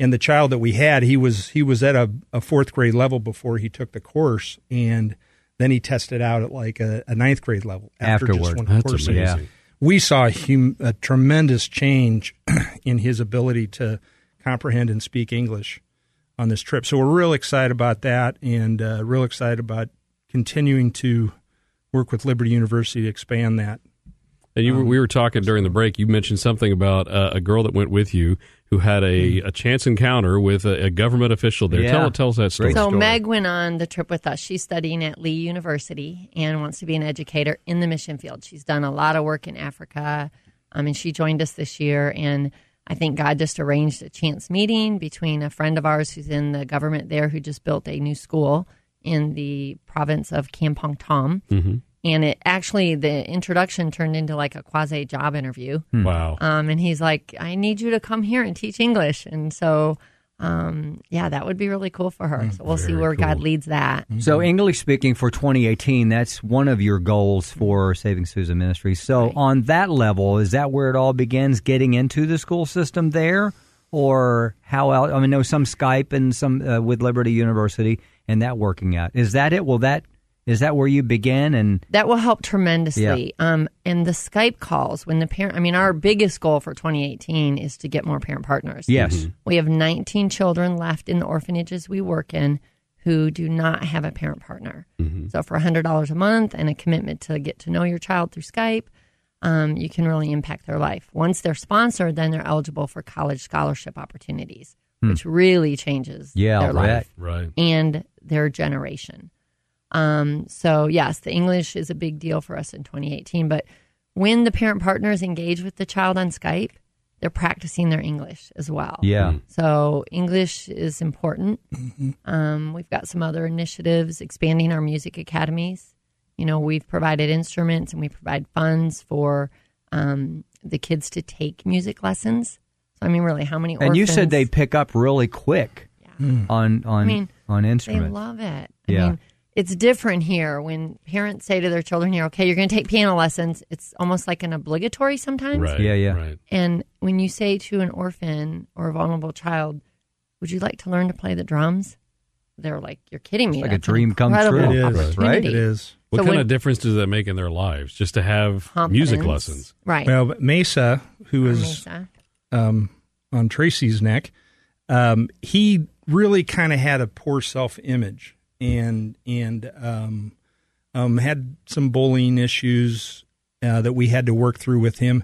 [SPEAKER 3] And the child that we had, he was he was at a, a fourth grade level before he took the course, and then he tested out at like a, a ninth grade level after
[SPEAKER 4] Afterward.
[SPEAKER 3] just one
[SPEAKER 4] That's
[SPEAKER 3] course.
[SPEAKER 4] amazing. Yeah.
[SPEAKER 3] We saw a, hum, a tremendous change in his ability to comprehend and speak English on this trip. So we're real excited about that, and uh, real excited about continuing to work with Liberty University to expand that.
[SPEAKER 10] And you, were we were talking during the break. You mentioned something about uh, a girl that went with you who had a, a chance encounter with a, a government official there.
[SPEAKER 4] Yeah.
[SPEAKER 10] Tell, tell us that story.
[SPEAKER 5] so Meg went on the trip with us. She's studying at Lee University and wants to be an educator in the mission field. She's done a lot of work in Africa. Um, and she joined us this year. And I think God just arranged a chance meeting between a friend of ours who's in the government there who just built a new school in the province of Kampong Tom.
[SPEAKER 10] Mm-hmm.
[SPEAKER 11] Mhm.
[SPEAKER 5] And it actually, the introduction turned into like a quasi job interview.
[SPEAKER 11] Hmm. Wow.
[SPEAKER 5] Um, and he's like, I need you to come here and teach English. And so, um, yeah, that would be really cool for her. So we'll see where God leads that.
[SPEAKER 4] So, English speaking for 2018, that's one of your goals for Saving Susan Ministries. So, on that level, is that where it all begins getting into the school system there? Or how else? I mean, no, some Skype and some uh, with Liberty University and that working out. Is that it? Will that, is that where you begin? And
[SPEAKER 5] That will help tremendously. Um, and the Skype calls when the parent, I mean, our biggest goal for 2018 is to get more parent partners.
[SPEAKER 4] Yes.
[SPEAKER 3] Mm-hmm.
[SPEAKER 4] Mhm.
[SPEAKER 5] We have 19 children left in the orphanages we work in who do not have a parent partner.
[SPEAKER 11] Mm-hmm.
[SPEAKER 5] So for $100 a month and a commitment to get to know your child through Skype, um, you can really impact their life. Once they're sponsored, then they're eligible for college scholarship opportunities,
[SPEAKER 11] Hmm.
[SPEAKER 5] which really changes
[SPEAKER 11] Yeah,
[SPEAKER 5] their
[SPEAKER 11] I'll
[SPEAKER 5] life
[SPEAKER 11] bet. Right.
[SPEAKER 5] and their generation. Um, so yes, the English is a big deal for us in 2018. But when the parent partners engage with the child on Skype, they're practicing their English as well.
[SPEAKER 3] Mm-hmm.
[SPEAKER 11] Yeah. Mm.
[SPEAKER 5] So English is important. Um, we've got some other initiatives expanding our music academies. You know, we've provided instruments and we provide funds for um, the kids to take music lessons. So I mean, really, how many?
[SPEAKER 4] and you said
[SPEAKER 5] orphans-
[SPEAKER 4] they pick up really quick
[SPEAKER 3] Mm.
[SPEAKER 4] on, on,
[SPEAKER 5] I mean,
[SPEAKER 4] on instruments.
[SPEAKER 5] They love it. I
[SPEAKER 4] Yeah.
[SPEAKER 5] mean, it's different here when parents say to their children here, okay, you're going to take piano lessons. It's almost like an obligatory sometimes.
[SPEAKER 4] Yeah, yeah.
[SPEAKER 5] And when you say to an orphan or a vulnerable child, would you like to learn to play the drums? They're like, you're kidding me.
[SPEAKER 10] It's
[SPEAKER 4] like a
[SPEAKER 5] That's an
[SPEAKER 4] dream come true.
[SPEAKER 5] incredible
[SPEAKER 4] It is, right?
[SPEAKER 5] opportunity."
[SPEAKER 4] It is.
[SPEAKER 10] What
[SPEAKER 5] So
[SPEAKER 10] kind
[SPEAKER 5] when-
[SPEAKER 10] of difference does that make in their lives just to have music
[SPEAKER 5] Confidence.
[SPEAKER 10] lessons?
[SPEAKER 5] Right.
[SPEAKER 3] Well, but Mesa, who is
[SPEAKER 5] Mesa.
[SPEAKER 3] Um, on Tracy's neck, um, he really kind of had a poor self image and and um, um, had some bullying issues uh, that we had to work through with him.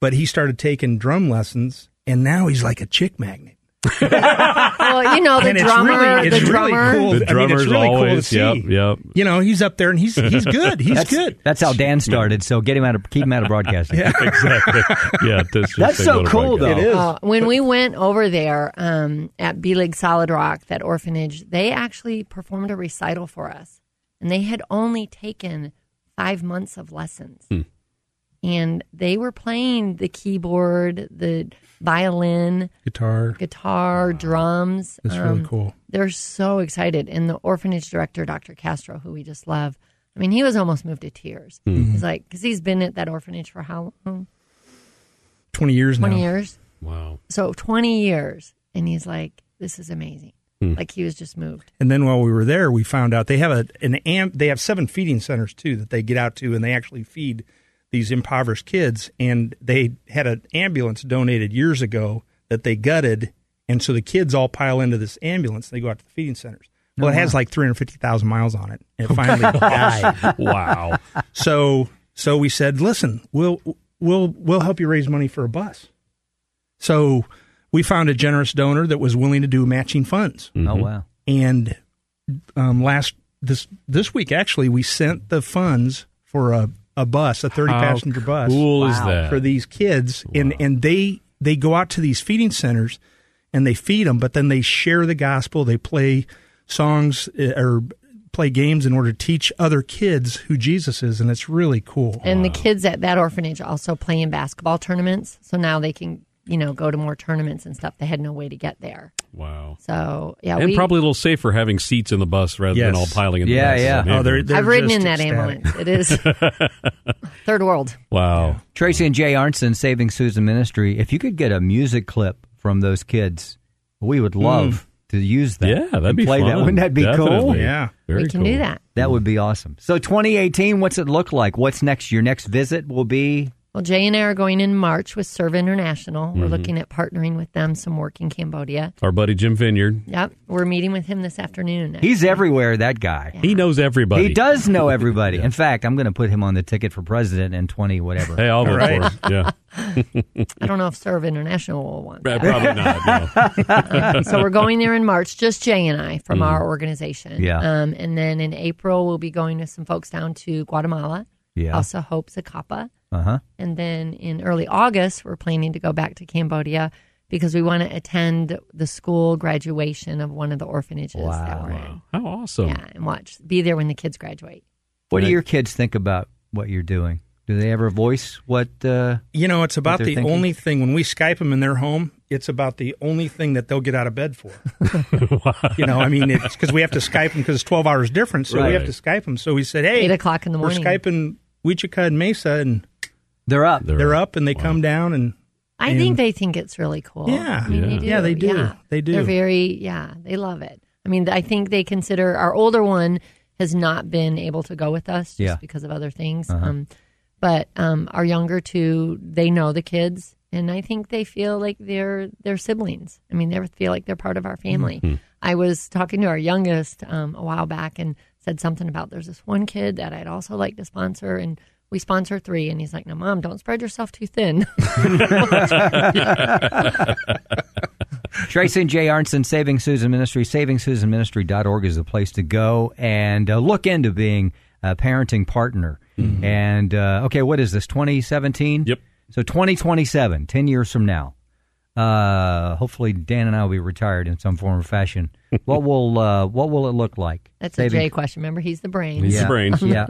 [SPEAKER 3] But he started taking drum lessons, and now he's like a chick magnet.
[SPEAKER 5] well, you know the
[SPEAKER 3] And it's
[SPEAKER 5] drummer,
[SPEAKER 3] really- it's
[SPEAKER 5] the
[SPEAKER 3] really
[SPEAKER 5] drummer.
[SPEAKER 3] cool.
[SPEAKER 10] The
[SPEAKER 3] I mean,
[SPEAKER 10] drummer's
[SPEAKER 3] it's really cool to
[SPEAKER 10] always,
[SPEAKER 3] see.
[SPEAKER 10] yep, yep.
[SPEAKER 3] You know, he's up there and he's he's good. He's
[SPEAKER 4] that's,
[SPEAKER 3] good.
[SPEAKER 4] That's how Dan started. So get him out of keep him out of broadcasting.
[SPEAKER 3] Yeah.
[SPEAKER 10] exactly. Yeah, that's, just
[SPEAKER 4] That's
[SPEAKER 10] they
[SPEAKER 4] so
[SPEAKER 10] go to
[SPEAKER 4] cool,
[SPEAKER 10] break
[SPEAKER 4] though.
[SPEAKER 10] out.
[SPEAKER 5] Uh, when we went over there um, at B League Solid Rock, that orphanage, they actually performed a recital for us, and they had only taken five months of lessons,
[SPEAKER 11] Hmm.
[SPEAKER 5] and they were playing the keyboard, the violin,
[SPEAKER 3] Guitar.
[SPEAKER 5] guitar, drums. Um,
[SPEAKER 3] That's really cool.
[SPEAKER 5] They're so excited, and the orphanage director, Dr. Castro, who we just love. I mean, he was almost moved to tears.
[SPEAKER 3] Mhm.
[SPEAKER 5] He's like, because he's been at that orphanage for how long?
[SPEAKER 3] Twenty years now.
[SPEAKER 5] 20 years.
[SPEAKER 10] Wow.
[SPEAKER 5] So 20 years. And he's like, this is amazing.
[SPEAKER 3] Hmm.
[SPEAKER 5] Like he was just moved.
[SPEAKER 3] And then while we were there, we found out they have a an amp. They have seven feeding centers too that they get out to, and they actually feed these impoverished kids. And they had an ambulance donated years ago that they gutted, and so the kids all pile into this ambulance. They go out to the feeding centers. Well,
[SPEAKER 13] Oh,
[SPEAKER 3] it has
[SPEAKER 13] wow.
[SPEAKER 3] like three hundred fifty thousand miles on it, and it finally died.
[SPEAKER 13] Wow.
[SPEAKER 3] So so we said, listen, we'll we'll we'll help you raise money for a bus. So we found a generous donor that was willing to do matching funds.
[SPEAKER 4] Oh, Mhm. wow.
[SPEAKER 3] And um, last this this week actually, we sent the funds for a, a bus, a thirty passenger bus.
[SPEAKER 10] cool is Wow. that?
[SPEAKER 3] for these kids? And and they they go out to these feeding centers and they feed them, but then they share the gospel. They play songs uh, or play games in order to teach other kids who Jesus is, and it's really cool.
[SPEAKER 5] And the kids at that orphanage also play in basketball tournaments. So now they can, you know, go to more tournaments and stuff. They had no way to get there.
[SPEAKER 10] Wow.
[SPEAKER 5] So, yeah.
[SPEAKER 10] and
[SPEAKER 5] we,
[SPEAKER 10] probably a little safer having seats in the bus rather than
[SPEAKER 3] Yes.
[SPEAKER 10] all piling in the
[SPEAKER 3] Yeah,
[SPEAKER 10] bus.
[SPEAKER 3] yeah.
[SPEAKER 10] Maybe.
[SPEAKER 3] Oh, they're-
[SPEAKER 5] I've ridden in that ambulance. It is third world.
[SPEAKER 10] wow.
[SPEAKER 4] Tracy and Jay Arnson, Saving Susan Ministry. If you could get a music clip from those kids, we would love to use that.
[SPEAKER 10] Hmm. Yeah, that'd
[SPEAKER 4] and
[SPEAKER 10] be
[SPEAKER 4] play that.
[SPEAKER 10] fun.
[SPEAKER 4] Wouldn't that be cool?
[SPEAKER 10] Definitely. Yeah. Very We can do cool.
[SPEAKER 5] that.
[SPEAKER 4] That would be awesome. So 2018, what's it look like? What's next? Your next visit will be
[SPEAKER 5] Well, Jay and I are going in March with Serve International. We're
[SPEAKER 10] Mhm.
[SPEAKER 5] looking at partnering with them, some work in Cambodia.
[SPEAKER 10] Our buddy Jim Vineyard.
[SPEAKER 5] Yep. We're meeting with him this afternoon.
[SPEAKER 4] He's everywhere, that guy.
[SPEAKER 10] He knows everybody.
[SPEAKER 4] He does know everybody. In fact, I'm going to put him on the ticket for president in 20 whatever.
[SPEAKER 10] Hey, I'll vote
[SPEAKER 4] Right.
[SPEAKER 10] for him. Yeah.
[SPEAKER 5] I don't know if Serve International will want
[SPEAKER 10] Yeah,
[SPEAKER 5] that.
[SPEAKER 10] probably not, no.
[SPEAKER 5] Um, so we're going there in March, just Jay and I from
[SPEAKER 10] Mhm.
[SPEAKER 5] our organization.
[SPEAKER 10] Yeah.
[SPEAKER 5] Um, and then in April, we'll be going with some folks down to Guatemala.
[SPEAKER 4] Yeah.
[SPEAKER 5] Also, Hope Zacapa.
[SPEAKER 4] Uh
[SPEAKER 10] Uh-huh.
[SPEAKER 4] huh.
[SPEAKER 5] And then in early August, we're planning to go back to Cambodia because we want to attend the school graduation of one of the orphanages that we're in.
[SPEAKER 10] How awesome.
[SPEAKER 5] Yeah, and watch, be there when the kids graduate.
[SPEAKER 4] What do
[SPEAKER 5] Right.
[SPEAKER 4] your kids think about what you're doing? Do they ever voice what? Uh,
[SPEAKER 3] You know, it's
[SPEAKER 4] what
[SPEAKER 3] about
[SPEAKER 4] they're
[SPEAKER 3] the
[SPEAKER 4] thinking?
[SPEAKER 3] only thing when we Skype them in their home. It's about the only thing that they'll get out of bed for. you know, I mean, it's because we have to Skype them because it's twelve hours difference, so
[SPEAKER 4] Right.
[SPEAKER 3] we have to Skype them. So we said, hey,
[SPEAKER 5] Eight o'clock in the morning.
[SPEAKER 3] We're Skyping Wichita and Mesa, and
[SPEAKER 4] they're up.
[SPEAKER 3] They're, up, and they come down, and
[SPEAKER 5] I
[SPEAKER 3] and-
[SPEAKER 5] think they think it's really cool.
[SPEAKER 3] Yeah.
[SPEAKER 5] I mean,
[SPEAKER 3] Yeah. Yeah, they
[SPEAKER 5] they do.
[SPEAKER 3] do.
[SPEAKER 5] Yeah.
[SPEAKER 3] They do.
[SPEAKER 5] They're very, yeah, they love it. I mean, I think they consider our older one has not been able to go with us just
[SPEAKER 11] Yeah.
[SPEAKER 5] because of other things.
[SPEAKER 11] Uh-huh.
[SPEAKER 5] Um, but um, our younger two, they know the kids, and I think they feel like they're their siblings. I mean, they feel like they're part of our family.
[SPEAKER 11] Mhm.
[SPEAKER 5] I was talking to our youngest um, a while back and said something about there's this one kid that I'd also like to sponsor, and we sponsor three, and he's like, "No, mom, don't spread yourself too thin."
[SPEAKER 4] Tracy and Jay Arnson, Saving Susan Ministry. SavingSusanMinistry.org is the place to go and uh, look into being a parenting partner. And, uh, okay, what is this, 2017? Yep. So 2027, 10 years from now. Uh, hopefully, Dan and I will be retired in some form or fashion. what will uh, what will it look like?
[SPEAKER 5] That's
[SPEAKER 4] Saving-
[SPEAKER 5] a Jay question. Remember, he's the brain.
[SPEAKER 4] yeah. yeah.